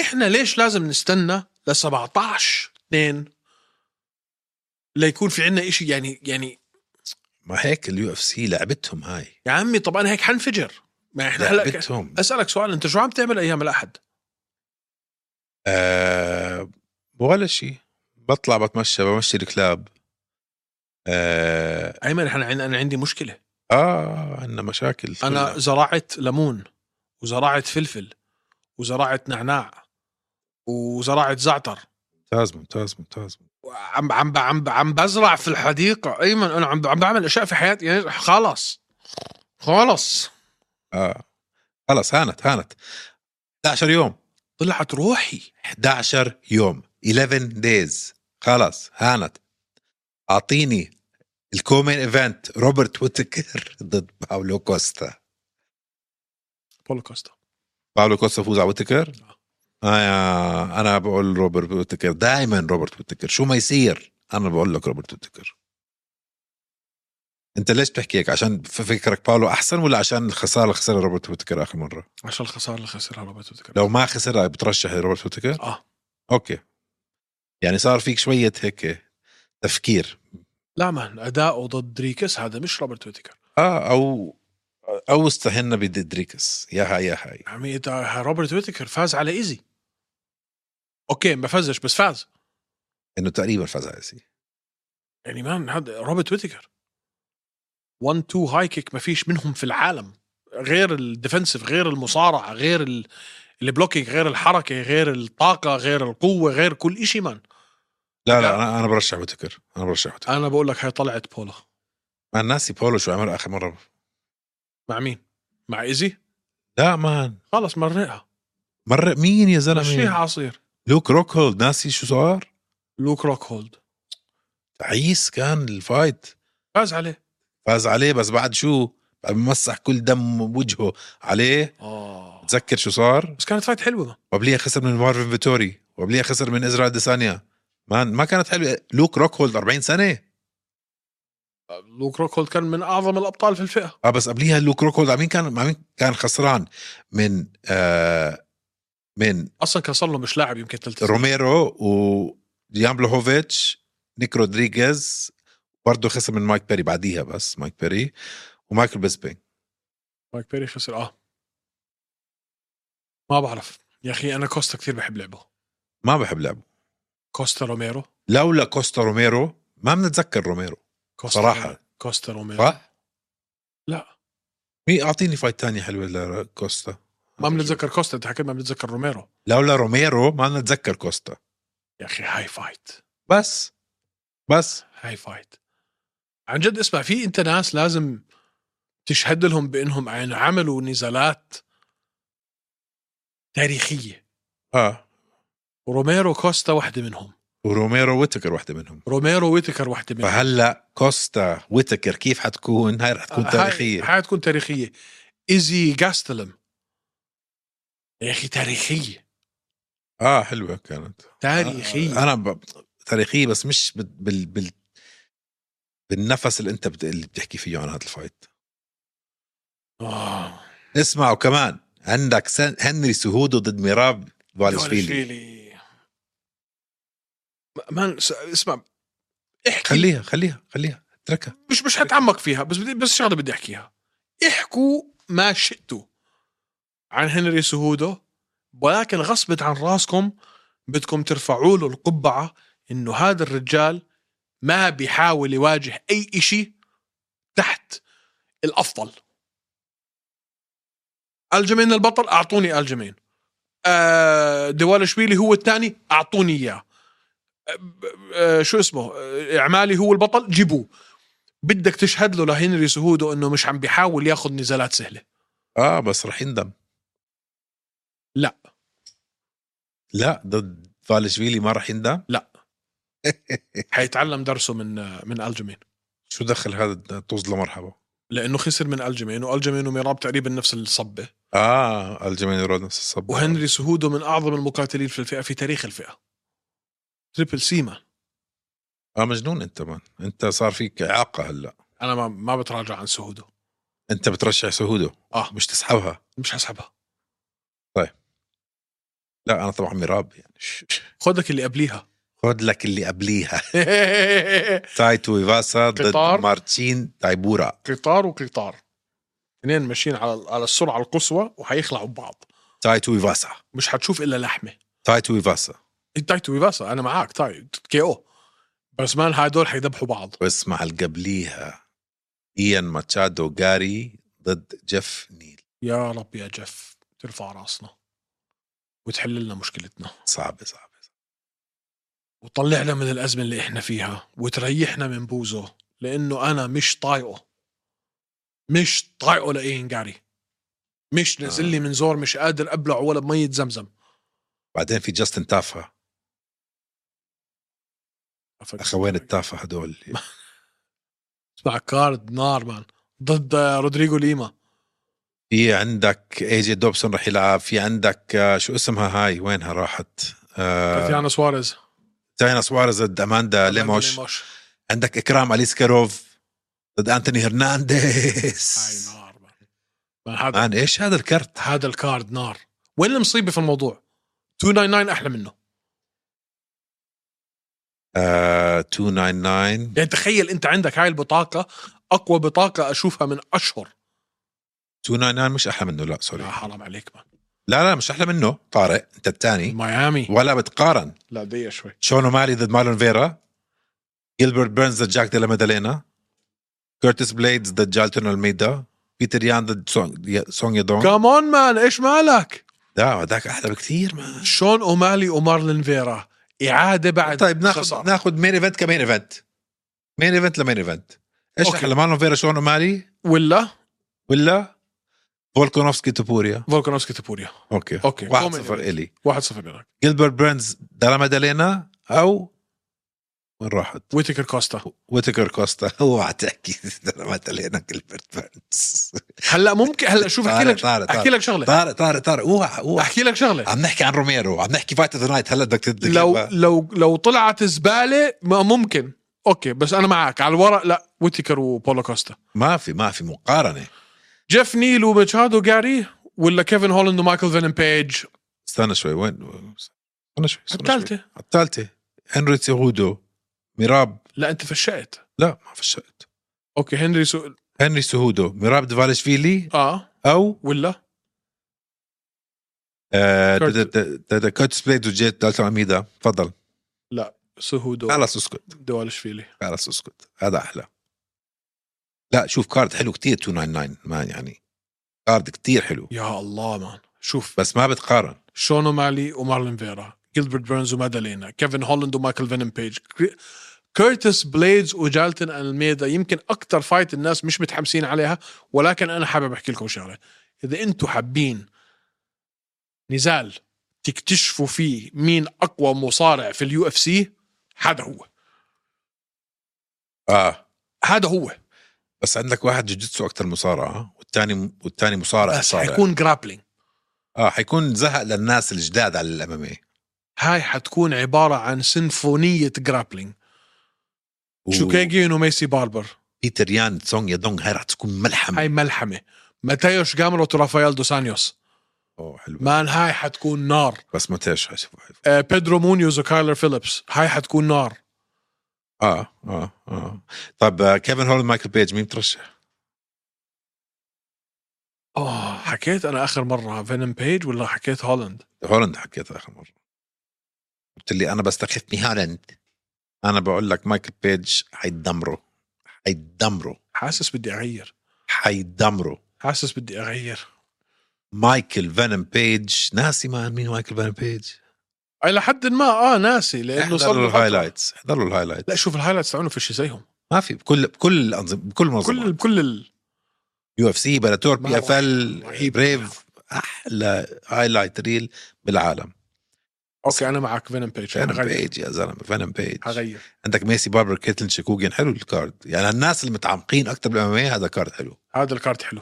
Speaker 1: احنا ليش لازم نستنى ل 17 2 ليكون في عندنا شيء يعني يعني
Speaker 2: ما هيك اليو اف سي لعبتهم هاي
Speaker 1: يا عمي طب انا هيك حنفجر ما احنا هلا
Speaker 2: لعبتهم
Speaker 1: اسالك سؤال انت شو عم تعمل ايام الاحد؟
Speaker 2: آه ولا شيء بطلع بتمشى بمشي الكلاب آه,
Speaker 1: ايمن احنا عن- انا عندي مشكله
Speaker 2: اه عندنا مشاكل
Speaker 1: انا زرعت ليمون وزرعت فلفل وزرعت نعناع وزرعت زعتر
Speaker 2: ممتاز ممتاز ممتاز
Speaker 1: عم عم عم عم بزرع في الحديقه ايمن انا عم عم بعمل اشياء في حياتي يعني خلص خلص
Speaker 2: اه خلص هانت هانت 11 يوم
Speaker 1: طلعت روحي
Speaker 2: 11 يوم 11 دايز خلص هانت اعطيني الكومين ايفنت روبرت ويتكر ضد باولو كوستا
Speaker 1: بولو كوستا
Speaker 2: باولو كوستا فوز على ويتكر آه انا بقول روبرت ويتكر دائما روبرت ويتكر شو ما يصير انا بقول لك روبرت ويتكر انت ليش بتحكي هيك عشان في فكرك باولو احسن ولا عشان الخساره اللي خسرها روبرت ويتكر اخر مره
Speaker 1: عشان الخساره اللي خسرها روبرت ويتكر
Speaker 2: لو ما خسرها بترشح لروبرت ويتكر
Speaker 1: اه
Speaker 2: اوكي يعني صار فيك شويه هيك تفكير
Speaker 1: لا مان اداؤه ضد ريكس هذا مش روبرت ويتكر
Speaker 2: اه او او استهنا بدريكس يا هاي يا هاي
Speaker 1: عمي إنت- يعني روبرت ويتكر فاز على ايزي اوكي ما فازش بس فاز
Speaker 2: انه تقريبا فاز على سي
Speaker 1: يعني مان هذا روبرت ويتكر 1 2 هاي كيك ما فيش منهم في العالم غير الديفنسيف غير المصارعه غير ال- البلوكينج غير الحركه غير الطاقه غير القوه غير كل شيء مان
Speaker 2: لا لا انا انا برشح وتكر انا برشح وتكر
Speaker 1: انا بقول لك هي طلعت بولا
Speaker 2: انا ناسي بولو شو عمل اخر مره
Speaker 1: مع مين؟ مع ايزي
Speaker 2: لا مان
Speaker 1: خلص مرقها
Speaker 2: مرق مين يا
Speaker 1: مشيها
Speaker 2: زلمه
Speaker 1: عصير
Speaker 2: لوك روكهولد ناسي شو صار
Speaker 1: لوك روك هولد
Speaker 2: تعيس كان الفايت
Speaker 1: فاز عليه
Speaker 2: فاز عليه بس بعد شو بعد ما مسح كل دم وجهه عليه
Speaker 1: اه
Speaker 2: تذكر شو صار
Speaker 1: بس كانت فايت حلوه ما.
Speaker 2: وقبليها خسر من مارفن فيتوري وقبليها خسر من ازرائيل ديسانيا مان ما كانت حلوه لوك روكهولد 40 سنه
Speaker 1: لوك روك هولد كان من اعظم الابطال في الفئه
Speaker 2: اه بس قبليها لوك روكهولد مع مين كان مع مين كان خسران من آه من
Speaker 1: اصلا كان صار له مش لاعب يمكن ثلاث سنين
Speaker 2: روميرو وديامبلو هوفيتش نيك رودريغيز برضه خسر من مايك بيري بعديها بس مايك بيري ومايكل بيسبينج
Speaker 1: مايك بيري خسر اه ما بعرف يا اخي انا كوستا كثير بحب لعبه
Speaker 2: ما بحب لعبه
Speaker 1: كوستا روميرو
Speaker 2: لولا كوستا روميرو ما بنتذكر روميرو
Speaker 1: كوستا
Speaker 2: صراحة.
Speaker 1: روميرو. كوستا روميرو
Speaker 2: صح؟
Speaker 1: لا
Speaker 2: مين اعطيني فايت تانية حلوه لكوستا
Speaker 1: ما بنتذكر كوستا انت حكيت ما بنتذكر روميرو
Speaker 2: لولا روميرو ما بنتذكر كوستا
Speaker 1: يا اخي هاي فايت
Speaker 2: بس بس
Speaker 1: هاي فايت عن جد اسمع في انت ناس لازم تشهد لهم بانهم عن- عملوا نزالات تاريخيه
Speaker 2: اه
Speaker 1: وروميرو كوستا واحده منهم
Speaker 2: وروميرو ويتكر واحده منهم
Speaker 1: روميرو ويتكر واحده منهم
Speaker 2: فهلا كوستا ويتكر كيف حتكون هاي رح تكون تاريخيه
Speaker 1: آه، هاي تكون تاريخيه ايزي جاستلم يا اخي تاريخيه
Speaker 2: اه حلوه كانت
Speaker 1: تاريخيه
Speaker 2: انا ب... تاريخيه بس مش بال... بال... بال... بالنفس اللي انت بت... اللي بتحكي فيه عن هذا الفايت
Speaker 1: آه.
Speaker 2: اسمع وكمان عندك سن... هنري سهودو ضد ميراب فالشفيلي
Speaker 1: فيلي مان س- اسمع احكي
Speaker 2: خليها خليها خليها اتركها
Speaker 1: مش مش حتعمق فيها بس بدي بس شغله بدي احكيها احكوا ما شئتوا عن هنري سهودو ولكن غصبت عن راسكم بدكم ترفعوا له القبعه انه هذا الرجال ما بيحاول يواجه اي إشي تحت الافضل الجمين البطل اعطوني الجمين آه دوالشويلي هو الثاني اعطوني اياه آه، آه، شو اسمه آه، اعمالي هو البطل جيبوه بدك تشهد له لهنري سهودو انه مش عم بيحاول ياخذ نزالات سهله
Speaker 2: اه بس رح يندم
Speaker 1: لا
Speaker 2: لا ضد فالشفيلي ما رح يندم
Speaker 1: لا حيتعلم درسه من من الجمين
Speaker 2: شو دخل هذا طوز لمرحبا
Speaker 1: لانه خسر من الجمين والجمين وميراب تقريبا نفس الصبه
Speaker 2: اه الجميل رود نفس الصب
Speaker 1: وهنري سهودو من اعظم المقاتلين في الفئه في تاريخ الفئه تريبل سيما
Speaker 2: اه مجنون انت مان انت صار فيك اعاقه هلا
Speaker 1: انا ما ما بتراجع عن سهودو
Speaker 2: انت بترشح سهوده
Speaker 1: اه
Speaker 2: مش تسحبها
Speaker 1: مش حسحبها
Speaker 2: لا انا طبعا مراب يعني ش- ش-
Speaker 1: خدك اللي قبليها
Speaker 2: خد لك اللي قبليها تايتو ايفاسا ضد
Speaker 1: قطار.
Speaker 2: مارتين تايبورا
Speaker 1: قطار وقطار اثنين ماشيين على على السرعه القصوى وحيخلعوا ببعض
Speaker 2: تايتو ايفاسا
Speaker 1: مش حتشوف الا لحمه
Speaker 2: تايتو ايفاسا
Speaker 1: تايتو ويفاسا انا معاك تاي كي او بس مان هدول حيذبحوا بعض
Speaker 2: واسمع اللي قبليها ايان ماتشادو جاري ضد جيف نيل
Speaker 1: يا رب يا جف ترفع راسنا وتحل لنا مشكلتنا
Speaker 2: صعبه صعبه
Speaker 1: وتطلعنا من الازمه اللي احنا فيها وتريحنا من بوزه لانه انا مش طايقه مش طايقه لاين جاري مش نازل لي من زور مش قادر ابلع ولا بميه زمزم
Speaker 2: بعدين في جاستن تافه اخوين التافه هدول
Speaker 1: اسمع كارد نار مان ضد رودريجو ليما
Speaker 2: في عندك اي جي دوبسون رح يلعب في عندك آه، شو اسمها هاي وينها راحت آه،
Speaker 1: تاتيانا سواريز
Speaker 2: تاينا سواريز ضد اماندا ليموش عندك اكرام اليسكاروف ضد انتوني
Speaker 1: هاي
Speaker 2: هرنانديز
Speaker 1: نار مان. مان هذا
Speaker 2: مان ايش هذا الكرت
Speaker 1: هذا الكارد نار وين المصيبه في الموضوع 299 احلى منه
Speaker 2: آه، 299
Speaker 1: يعني تخيل انت عندك هاي البطاقه اقوى بطاقه اشوفها من اشهر
Speaker 2: 299 مش احلى منه لا سوري
Speaker 1: يا حرام عليك مان
Speaker 2: لا لا مش احلى منه طارق انت الثاني
Speaker 1: ميامي
Speaker 2: ولا بتقارن
Speaker 1: لا دقيقه شوي
Speaker 2: شون مالي ضد مارلون فيرا جيلبرت بيرنز ضد جاك ديلا ميدالينا كورتيس بليدز ضد جالتون الميدا بيتر يان ضد سونج- سونيا دون
Speaker 1: كمان مان ايش مالك
Speaker 2: لا هذاك احلى بكثير ما
Speaker 1: شون اومالي ومارلين فيرا اعاده بعد
Speaker 2: طيب
Speaker 1: خسارة.
Speaker 2: ناخذ ناخذ مين ايفنت كمين ايفنت مين ايفنت لمين ايفنت ايش
Speaker 1: أوكي.
Speaker 2: احلى مارلون فيرا شون مالي
Speaker 1: ولا
Speaker 2: ولا فولكونوفسكي تبوريا
Speaker 1: فولكانوفسكي تابوريا
Speaker 2: اوكي
Speaker 1: أوكي.
Speaker 2: 1
Speaker 1: Common
Speaker 2: 0
Speaker 1: event.
Speaker 2: الي
Speaker 1: 1-0 بينك
Speaker 2: جيلبرت بيرنز ديلا ميدالينا او وين راحت؟
Speaker 1: ويتكر كوستا
Speaker 2: ويتكر كوستا اوعى تحكي ديلا ميدالينا جيلبرت بيرنز
Speaker 1: هلا ممكن هلا شوف احكي لك
Speaker 2: طارق طارق
Speaker 1: احكي لك شغله
Speaker 2: طارق طارق طارق اوعى اوعى
Speaker 1: احكي لك شغله
Speaker 2: عم نحكي عن روميرو عم نحكي فايت ذا نايت هلا بدك تدك
Speaker 1: لو لو لو طلعت زباله ما ممكن اوكي بس انا معك على الورق لا ويتكر وبولو كوستا
Speaker 2: ما في ما في مقارنه
Speaker 1: جيف نيل وماتشادو جاري ولا كيفن هولاند ومايكل فينن بيج
Speaker 2: استنى شوي وين استنى شوي استنى شوي.
Speaker 1: الثالثه
Speaker 2: الثالثه هنري سهودو ميراب
Speaker 1: لا انت فشقت
Speaker 2: لا ما فشلت
Speaker 1: اوكي هنري سو...
Speaker 2: هنري سهودو ميراب ديفالشفيلي
Speaker 1: اه
Speaker 2: او
Speaker 1: ولا
Speaker 2: آه،
Speaker 1: كورت-
Speaker 2: دا- دا- دا- دا- كورتس بليد وجيت دالتون اميدا تفضل
Speaker 1: سهودو
Speaker 2: خلص اسكت
Speaker 1: دوالشفيلي
Speaker 2: خلص اسكت هذا احلى لا شوف كارد حلو كتير 299 ما يعني كارد كتير حلو
Speaker 1: يا الله مان شوف
Speaker 2: بس ما بتقارن
Speaker 1: شون مالي ومارلين فيرا جيلبرت بيرنز ومادالينا كيفن هولاند ومايكل فينن بيج كري- كيرتس بليدز وجالتن الميدا يمكن اكثر فايت الناس مش متحمسين عليها ولكن انا حابب احكي لكم شغله اذا انتم حابين نزال تكتشفوا فيه مين اقوى مصارع في اليو اف سي هذا هو
Speaker 2: اه
Speaker 1: هذا هو
Speaker 2: بس عندك واحد جوجيتسو اكثر مصارعه والثاني والثاني مصارع
Speaker 1: بس
Speaker 2: مصارع.
Speaker 1: حيكون جرابلينج
Speaker 2: اه حيكون زهق للناس الجداد على إيه. الامامي
Speaker 1: هاي حتكون عباره عن سيمفونيه جرابلينج شوكاجي وميسي باربر
Speaker 2: بيتر يان سونج يدونغ هاي رح تكون ملحمه
Speaker 1: هاي ملحمه ماتيوش جامروت ورافائيل دو سانيوس
Speaker 2: اوه حلو
Speaker 1: مان هاي حتكون نار
Speaker 2: بس ما تيش حيشوفوا حيشوفوا.
Speaker 1: آه بيدرو مونيوز وكايلر فيليبس هاي حتكون نار
Speaker 2: اه اه اه طب آه، كيفن هول مايكل بيج مين ترشح؟
Speaker 1: اوه حكيت انا اخر مره فينم بيج ولا حكيت هولند
Speaker 2: هولند حكيت اخر مره قلت لي انا بستخف من هولند انا بقول لك مايكل بيج حيدمره حيدمره
Speaker 1: حاسس بدي اغير
Speaker 2: حيدمره
Speaker 1: حاسس بدي اغير
Speaker 2: مايكل فينم بيج ناسي مان مين مايكل فينم بيج
Speaker 1: الى حد ما اه ناسي لانه صار
Speaker 2: احضروا
Speaker 1: له فترة.
Speaker 2: الهايلايتس احضروا الهايلايتس
Speaker 1: لا شوف الهايلايتس تاعونه في شيء زيهم
Speaker 2: ما في بكل بكل الانظمه بكل
Speaker 1: كل
Speaker 2: منظمه
Speaker 1: كل ال...
Speaker 2: يو اف سي بلاتور
Speaker 1: ما
Speaker 2: بي
Speaker 1: هو
Speaker 2: اف ال
Speaker 1: رهيب.
Speaker 2: بريف احلى هايلايت ريل بالعالم
Speaker 1: اوكي انا معك فينم بيج انا
Speaker 2: فانم
Speaker 1: غير
Speaker 2: بيج يا زلمه فانم بيج
Speaker 1: هغير
Speaker 2: عندك ميسي باربر كيتلين شيكوجين حلو الكارد يعني الناس اللي متعمقين اكثر بالام إيه، هذا كارد حلو
Speaker 1: هذا الكارت حلو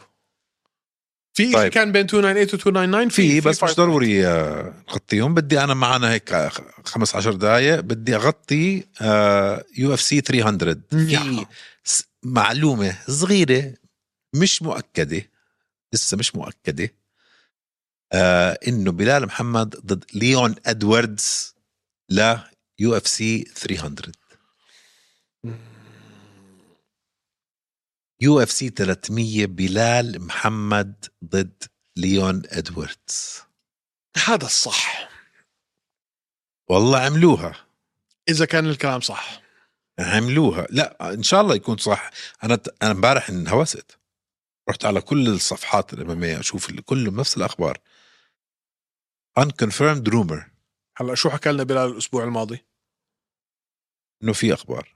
Speaker 1: في طيب.
Speaker 2: طيب.
Speaker 1: كان بين 298 و 299
Speaker 2: في بس مش
Speaker 1: فايت.
Speaker 2: ضروري آه، نغطيهم بدي انا معنا هيك آه، خ- خمس عشر دقائق بدي اغطي يو اف سي 300 في
Speaker 1: يا.
Speaker 2: س- معلومه صغيره مش مؤكده لسه مش مؤكده آه انه بلال محمد ضد ليون ادواردز ل يو اف سي 300 يو اف سي 300 بلال محمد ضد ليون ادواردز
Speaker 1: هذا الصح
Speaker 2: والله عملوها
Speaker 1: اذا كان الكلام صح
Speaker 2: عملوها لا ان شاء الله يكون صح انا انا امبارح انهوست رحت على كل الصفحات الاماميه اشوف ال- كلهم نفس الاخبار unconfirmed rumor
Speaker 1: هلا شو حكى لنا بلال الاسبوع الماضي؟
Speaker 2: انه في اخبار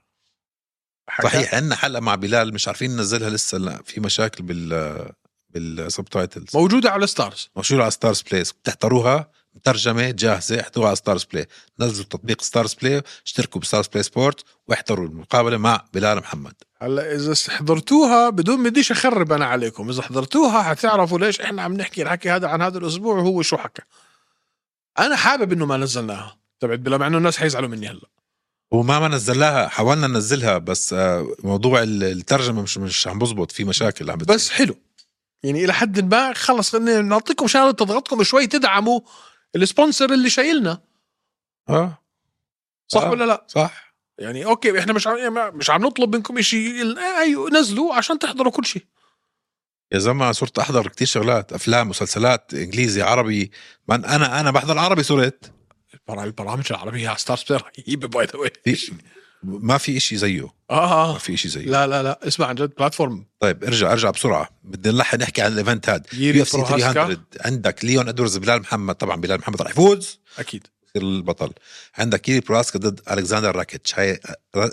Speaker 1: حكى
Speaker 2: صحيح عندنا حلقه مع بلال مش عارفين ننزلها لسه لا في مشاكل بال بالسبتايتلز
Speaker 1: موجوده على ستارز
Speaker 2: مشهور على ستارز بلايز بتحضروها مترجمه جاهزه احضروها على ستارز بلاي نزلوا تطبيق ستارز بلاي اشتركوا بستارز بلاي سبورت واحضروا المقابله مع بلال محمد
Speaker 1: هلا اذا حضرتوها بدون ما بديش اخرب انا عليكم اذا حضرتوها حتعرفوا ليش احنا عم نحكي الحكي هذا عن هذا الاسبوع وهو شو حكى انا حابب انه ما نزلناها تبعت بلا مع انه الناس حيزعلوا مني هلا
Speaker 2: وما ما نزلناها حاولنا ننزلها بس آه، موضوع ال- الترجمه مش مش عم بزبط في مشاكل عم بتصير.
Speaker 1: بس حلو يعني الى حد ما خلص خلينا نعطيكم شغله تضغطكم شوي تدعموا السبونسر اللي شايلنا
Speaker 2: اه
Speaker 1: صح
Speaker 2: آه.
Speaker 1: ولا لا
Speaker 2: صح
Speaker 1: يعني اوكي احنا مش عم مش عم نطلب منكم شيء ايوه نزلوا عشان تحضروا كل شيء
Speaker 2: يا زلمه صرت احضر كتير شغلات افلام مسلسلات انجليزي عربي من انا انا بحضر عربي صرت
Speaker 1: البرا- البرامج العربيه على ستار سبير رهيبه باي ذا واي
Speaker 2: في ما في إشي زيه ما
Speaker 1: اه
Speaker 2: في إشي زيه
Speaker 1: لا لا لا اسمع عن جد بلاتفورم
Speaker 2: طيب ارجع ارجع بسرعه بدنا نلحق نحكي عن الايفنت هاد
Speaker 1: ييري
Speaker 2: UFC 300 عندك ليون ادوردز بلال محمد طبعا بلال محمد رح يفوز
Speaker 1: اكيد
Speaker 2: يصير البطل عندك ييري براسكا ضد الكساندر راكيتش هاي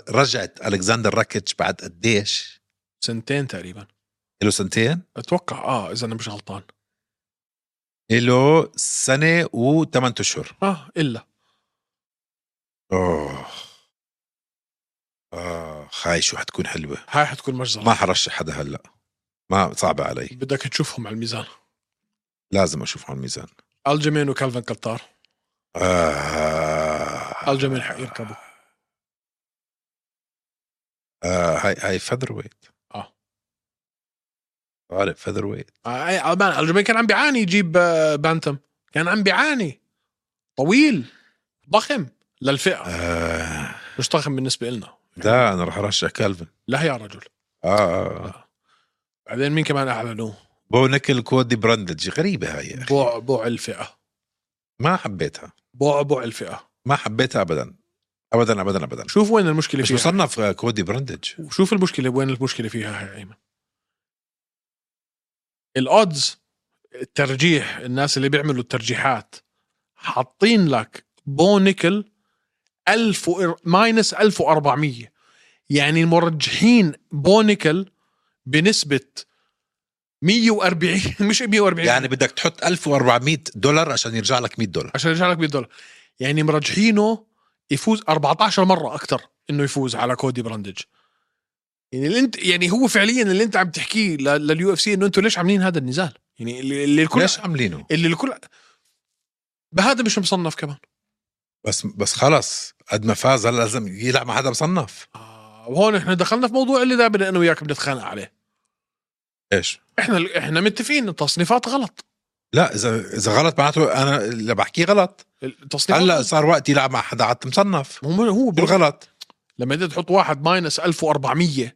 Speaker 2: رجعت الكساندر راكيتش بعد قديش
Speaker 1: سنتين تقريبا
Speaker 2: له سنتين
Speaker 1: اتوقع اه اذا انا مش غلطان
Speaker 2: له سنه وثمان اشهر
Speaker 1: اه الا
Speaker 2: اوه اه هاي شو حتكون حلوه
Speaker 1: هاي حتكون مجزره
Speaker 2: ما حرشح حدا هلا ما صعبه علي
Speaker 1: بدك تشوفهم على الميزان
Speaker 2: لازم اشوف على الميزان
Speaker 1: الجمين وكالفن كتار
Speaker 2: آه
Speaker 1: الجمين حيركبوا
Speaker 2: آه هاي هاي فذر ويت
Speaker 1: آه.
Speaker 2: عارف فذر ويت
Speaker 1: آه، أي- آه، الجمين كان عم بيعاني يجيب آه، بانتم كان عم بيعاني طويل ضخم للفئه
Speaker 2: آه
Speaker 1: مش ضخم بالنسبه لنا
Speaker 2: ده انا رح ارشح كالفن
Speaker 1: لا يا رجل
Speaker 2: آه، آه آه.
Speaker 1: بعدين مين كمان اعلنوه
Speaker 2: بو نيكل كودي براندج غريبه هاي يا اخي
Speaker 1: بعبع الفئه
Speaker 2: ما حبيتها
Speaker 1: بعبع الفئه
Speaker 2: ما حبيتها ابدا ابدا ابدا ابدا
Speaker 1: شوف وين المشكله
Speaker 2: مش
Speaker 1: فيها
Speaker 2: مصنف آه، كودي براندج
Speaker 1: شوف المشكله وين المشكله فيها يا ايمن الاودز الترجيح الناس اللي بيعملوا الترجيحات حاطين لك بو نيكل 1000 و- ماينس 1400 يعني المرجحين بو نيكل بنسبه 140 مش 140
Speaker 2: يعني بدك تحط 1400 دولار عشان يرجع لك 100 دولار
Speaker 1: عشان يرجع لك 100 دولار يعني مرجحينه يفوز 14 مره اكثر انه يفوز على كودي براندج يعني اللي انت يعني هو فعليا اللي انت عم تحكيه لليو اف سي انه انتم ليش عاملين هذا النزال؟ يعني اللي اللي الكل
Speaker 2: ليش عاملينه
Speaker 1: اللي الكل بهذا مش مصنف كمان
Speaker 2: بس بس خلص قد ما فاز هلا لازم يلعب مع حدا مصنف
Speaker 1: آه، وهون احنا دخلنا في موضوع اللي دائما انا وياك بنتخانق عليه
Speaker 2: ايش
Speaker 1: احنا احنا متفقين التصنيفات غلط
Speaker 2: لا اذا اذا غلط معناته انا اللي بحكيه غلط
Speaker 1: التصنيفات
Speaker 2: هلا صار وقت يلعب مع حدا عاد مصنف
Speaker 1: هو هو
Speaker 2: شو الغلط
Speaker 1: لما انت تحط واحد ماينس 1400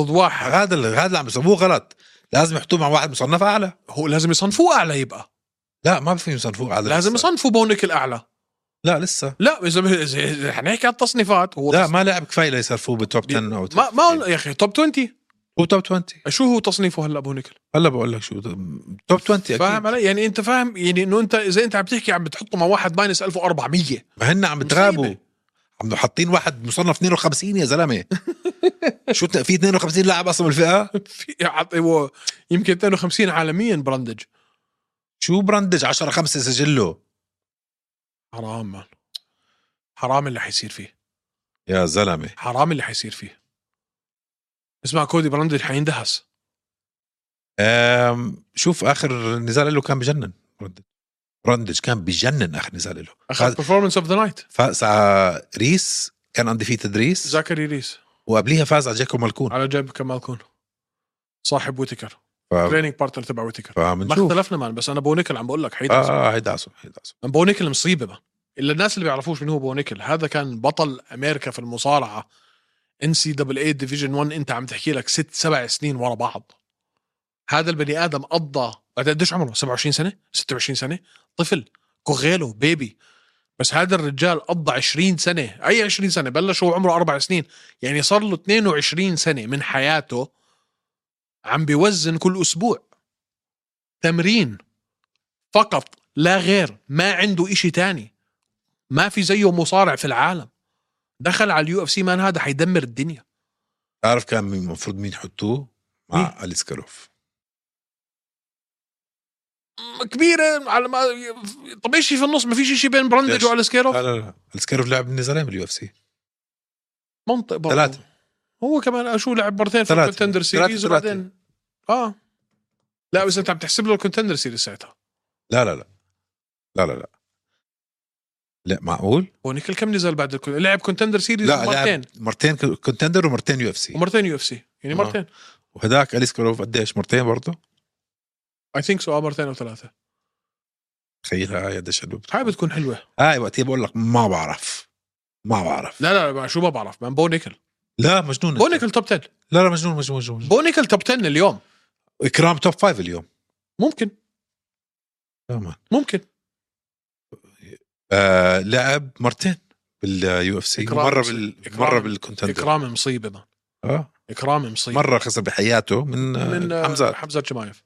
Speaker 1: ضد واحد
Speaker 2: هذا اللي هذا اللي عم يسموه غلط لازم يحطوه مع واحد مصنف اعلى
Speaker 1: هو لازم يصنفوه اعلى يبقى
Speaker 2: لا ما في مصنفوه اعلى
Speaker 1: لازم
Speaker 2: لسه.
Speaker 1: يصنفوا بونك الاعلى
Speaker 2: لا لسه
Speaker 1: لا اذا إذا- إذا حنحكي عن التصنيفات هو
Speaker 2: لا
Speaker 1: تص-
Speaker 2: ما لعب كفايه ليصرفوه بالتوب 10 او
Speaker 1: ما ما يا اخي توب 20
Speaker 2: هو توب 20
Speaker 1: شو هو تصنيفه هلا بونيكل
Speaker 2: هلا بقول لك شو توب 20 اكيد
Speaker 1: فاهم
Speaker 2: فاهم
Speaker 1: علي يعني انت فاهم يعني انه انت اذا انت عم تحكي عم بتحطه مع واحد ماينس 1400
Speaker 2: ما هن عم بتغابوا
Speaker 1: مصيبة.
Speaker 2: عم حاطين واحد مصنف 52 يا زلمه شو ت- في 52 لاعب اصلا بالفئه
Speaker 1: في عط- هو يمكن 52 عالميا برندج
Speaker 2: شو برندج 10 5 سجله
Speaker 1: حرام مان حرام اللي حيصير فيه
Speaker 2: يا زلمه
Speaker 1: حرام اللي حيصير فيه اسمع كودي برندج حيندهس
Speaker 2: أم، شوف اخر نزال له كان بجنن برندج برندج كان بجنن اخر نزال له
Speaker 1: اخذ برفورمانس اوف ذا نايت
Speaker 2: فاز على ريس كان انديفيتد ريس
Speaker 1: زاكري ريس
Speaker 2: وقبليها فاز على جاكو مالكون
Speaker 1: على جنب كمال كون صاحب ويتكر
Speaker 2: ف...
Speaker 1: تريننج بارتنر تبع ويتكر ما
Speaker 2: فمنشوف
Speaker 1: اختلفنا مان بس انا بونيكل عم بقول لك حيدعس
Speaker 2: اه اه هيدعسوا هيدعسوا
Speaker 1: من بونيكل مصيبه بقى الا الناس اللي بيعرفوش من هو بونيكل هذا كان بطل امريكا في المصارعه ان سي دبل اي ديفيجن 1 انت عم تحكي لك ست سبع سنين ورا بعض هذا البني ادم قضى بعد قديش عمره 27 سنه 26 سنه طفل كوغيلو بيبي بس هذا الرجال قضى 20 سنه اي 20 سنه بلش هو عمره اربع سنين يعني صار له 22 سنه من حياته عم بيوزن كل اسبوع تمرين فقط لا غير ما عنده إشي تاني ما في زيه مصارع في العالم دخل على اليو اف سي مان هذا حيدمر الدنيا
Speaker 2: تعرف كان مين- المفروض مين يحطوه مع اليسكاروف
Speaker 1: كبيره على ما طب ايش في في النص ما في شيء بين براندج
Speaker 2: ليش؟
Speaker 1: والسكيروف
Speaker 2: لا لا لا السكيروف لعب من زمان باليو اف سي
Speaker 1: منطق برضه
Speaker 2: ثلاثة.
Speaker 1: هو كمان شو لعب مرتين في
Speaker 2: ثلاثة.
Speaker 1: الكونتندر
Speaker 2: ثلاثة،
Speaker 1: سيريز
Speaker 2: ثلاثة.
Speaker 1: وبعدين اه لا بس انت عم تحسب له الكونتندر سيريز ساعتها
Speaker 2: لا لا لا لا لا لا لا معقول؟
Speaker 1: ونيكل كم نزل بعد الكون... لعب كونتندر سيريز
Speaker 2: لا
Speaker 1: مرتين
Speaker 2: لعب مرتين كونتندر ومرتين يو اف سي
Speaker 1: ومرتين يو اف سي يعني
Speaker 2: آه.
Speaker 1: مرتين
Speaker 2: وهداك اليس كروف قديش إيه؟ مرتين برضه؟
Speaker 1: اي ثينك سو آه، مرتين او ثلاثه
Speaker 2: تخيل هاي قديش حلوه
Speaker 1: هاي بتكون حلوه
Speaker 2: هاي وقتها بقول لك ما بعرف ما بعرف
Speaker 1: لا لا ما شو ما بعرف مان بو نيكل
Speaker 2: لا مجنون
Speaker 1: بو نيكل توب 10
Speaker 2: لا لا مجنون مجنون مجنون, مجنون.
Speaker 1: بو نيكل توب 10 اليوم
Speaker 2: اكرام توب فايف اليوم
Speaker 1: ممكن
Speaker 2: لا مان
Speaker 1: ممكن
Speaker 2: آه لعب مرتين باليو اف سي
Speaker 1: إكرام
Speaker 2: مره
Speaker 1: مصيبة.
Speaker 2: بال
Speaker 1: إكرام-
Speaker 2: مره بالكونتندر
Speaker 1: اكرام مصيبه مان
Speaker 2: اه
Speaker 1: اكرام مصيبه
Speaker 2: مره خسر بحياته من,
Speaker 1: من
Speaker 2: من
Speaker 1: آه،
Speaker 2: حمزه
Speaker 1: حمزه جمايف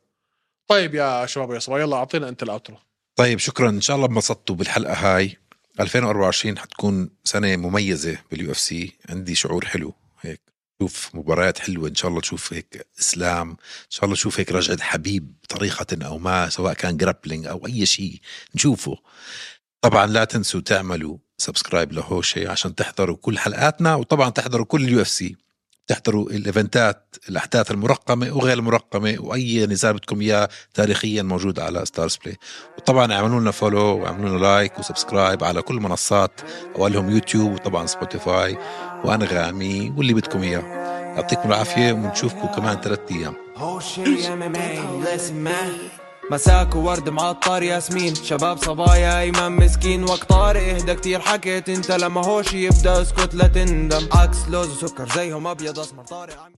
Speaker 1: طيب يا شباب ويا صبايا يلا اعطينا انت الاوترو
Speaker 2: طيب شكرا ان شاء الله انبسطتوا بالحلقه هاي 2024 حتكون سنه مميزه باليو اف سي عندي شعور حلو هيك شوف مباريات حلوه ان شاء الله تشوف هيك اسلام ان شاء الله نشوف هيك رجعه حبيب بطريقه او ما سواء كان جرابلينج او اي شيء نشوفه طبعا لا تنسوا تعملوا سبسكرايب لهوشي عشان تحضروا كل حلقاتنا وطبعا تحضروا كل اليو اف سي تحضروا الايفنتات الاحداث المرقمه وغير المرقمه واي نزال بدكم اياه تاريخيا موجود على ستارز بلاي وطبعا اعملوا لنا فولو واعملوا لنا لايك وسبسكرايب على كل منصات اولهم يوتيوب وطبعا سبوتيفاي وانغامي واللي بدكم اياه يعطيكم العافيه ونشوفكم كمان ثلاثة ايام
Speaker 3: هوشي ام ام اي listen man مساك وورد معطر ياسمين شباب صبايا ايمن مسكين وقت طارق اهدى كتير حكيت انت لما هوشي يبدا اسكت لا تندم عكس لوز وسكر زيهم ابيض اسمر طارق عم-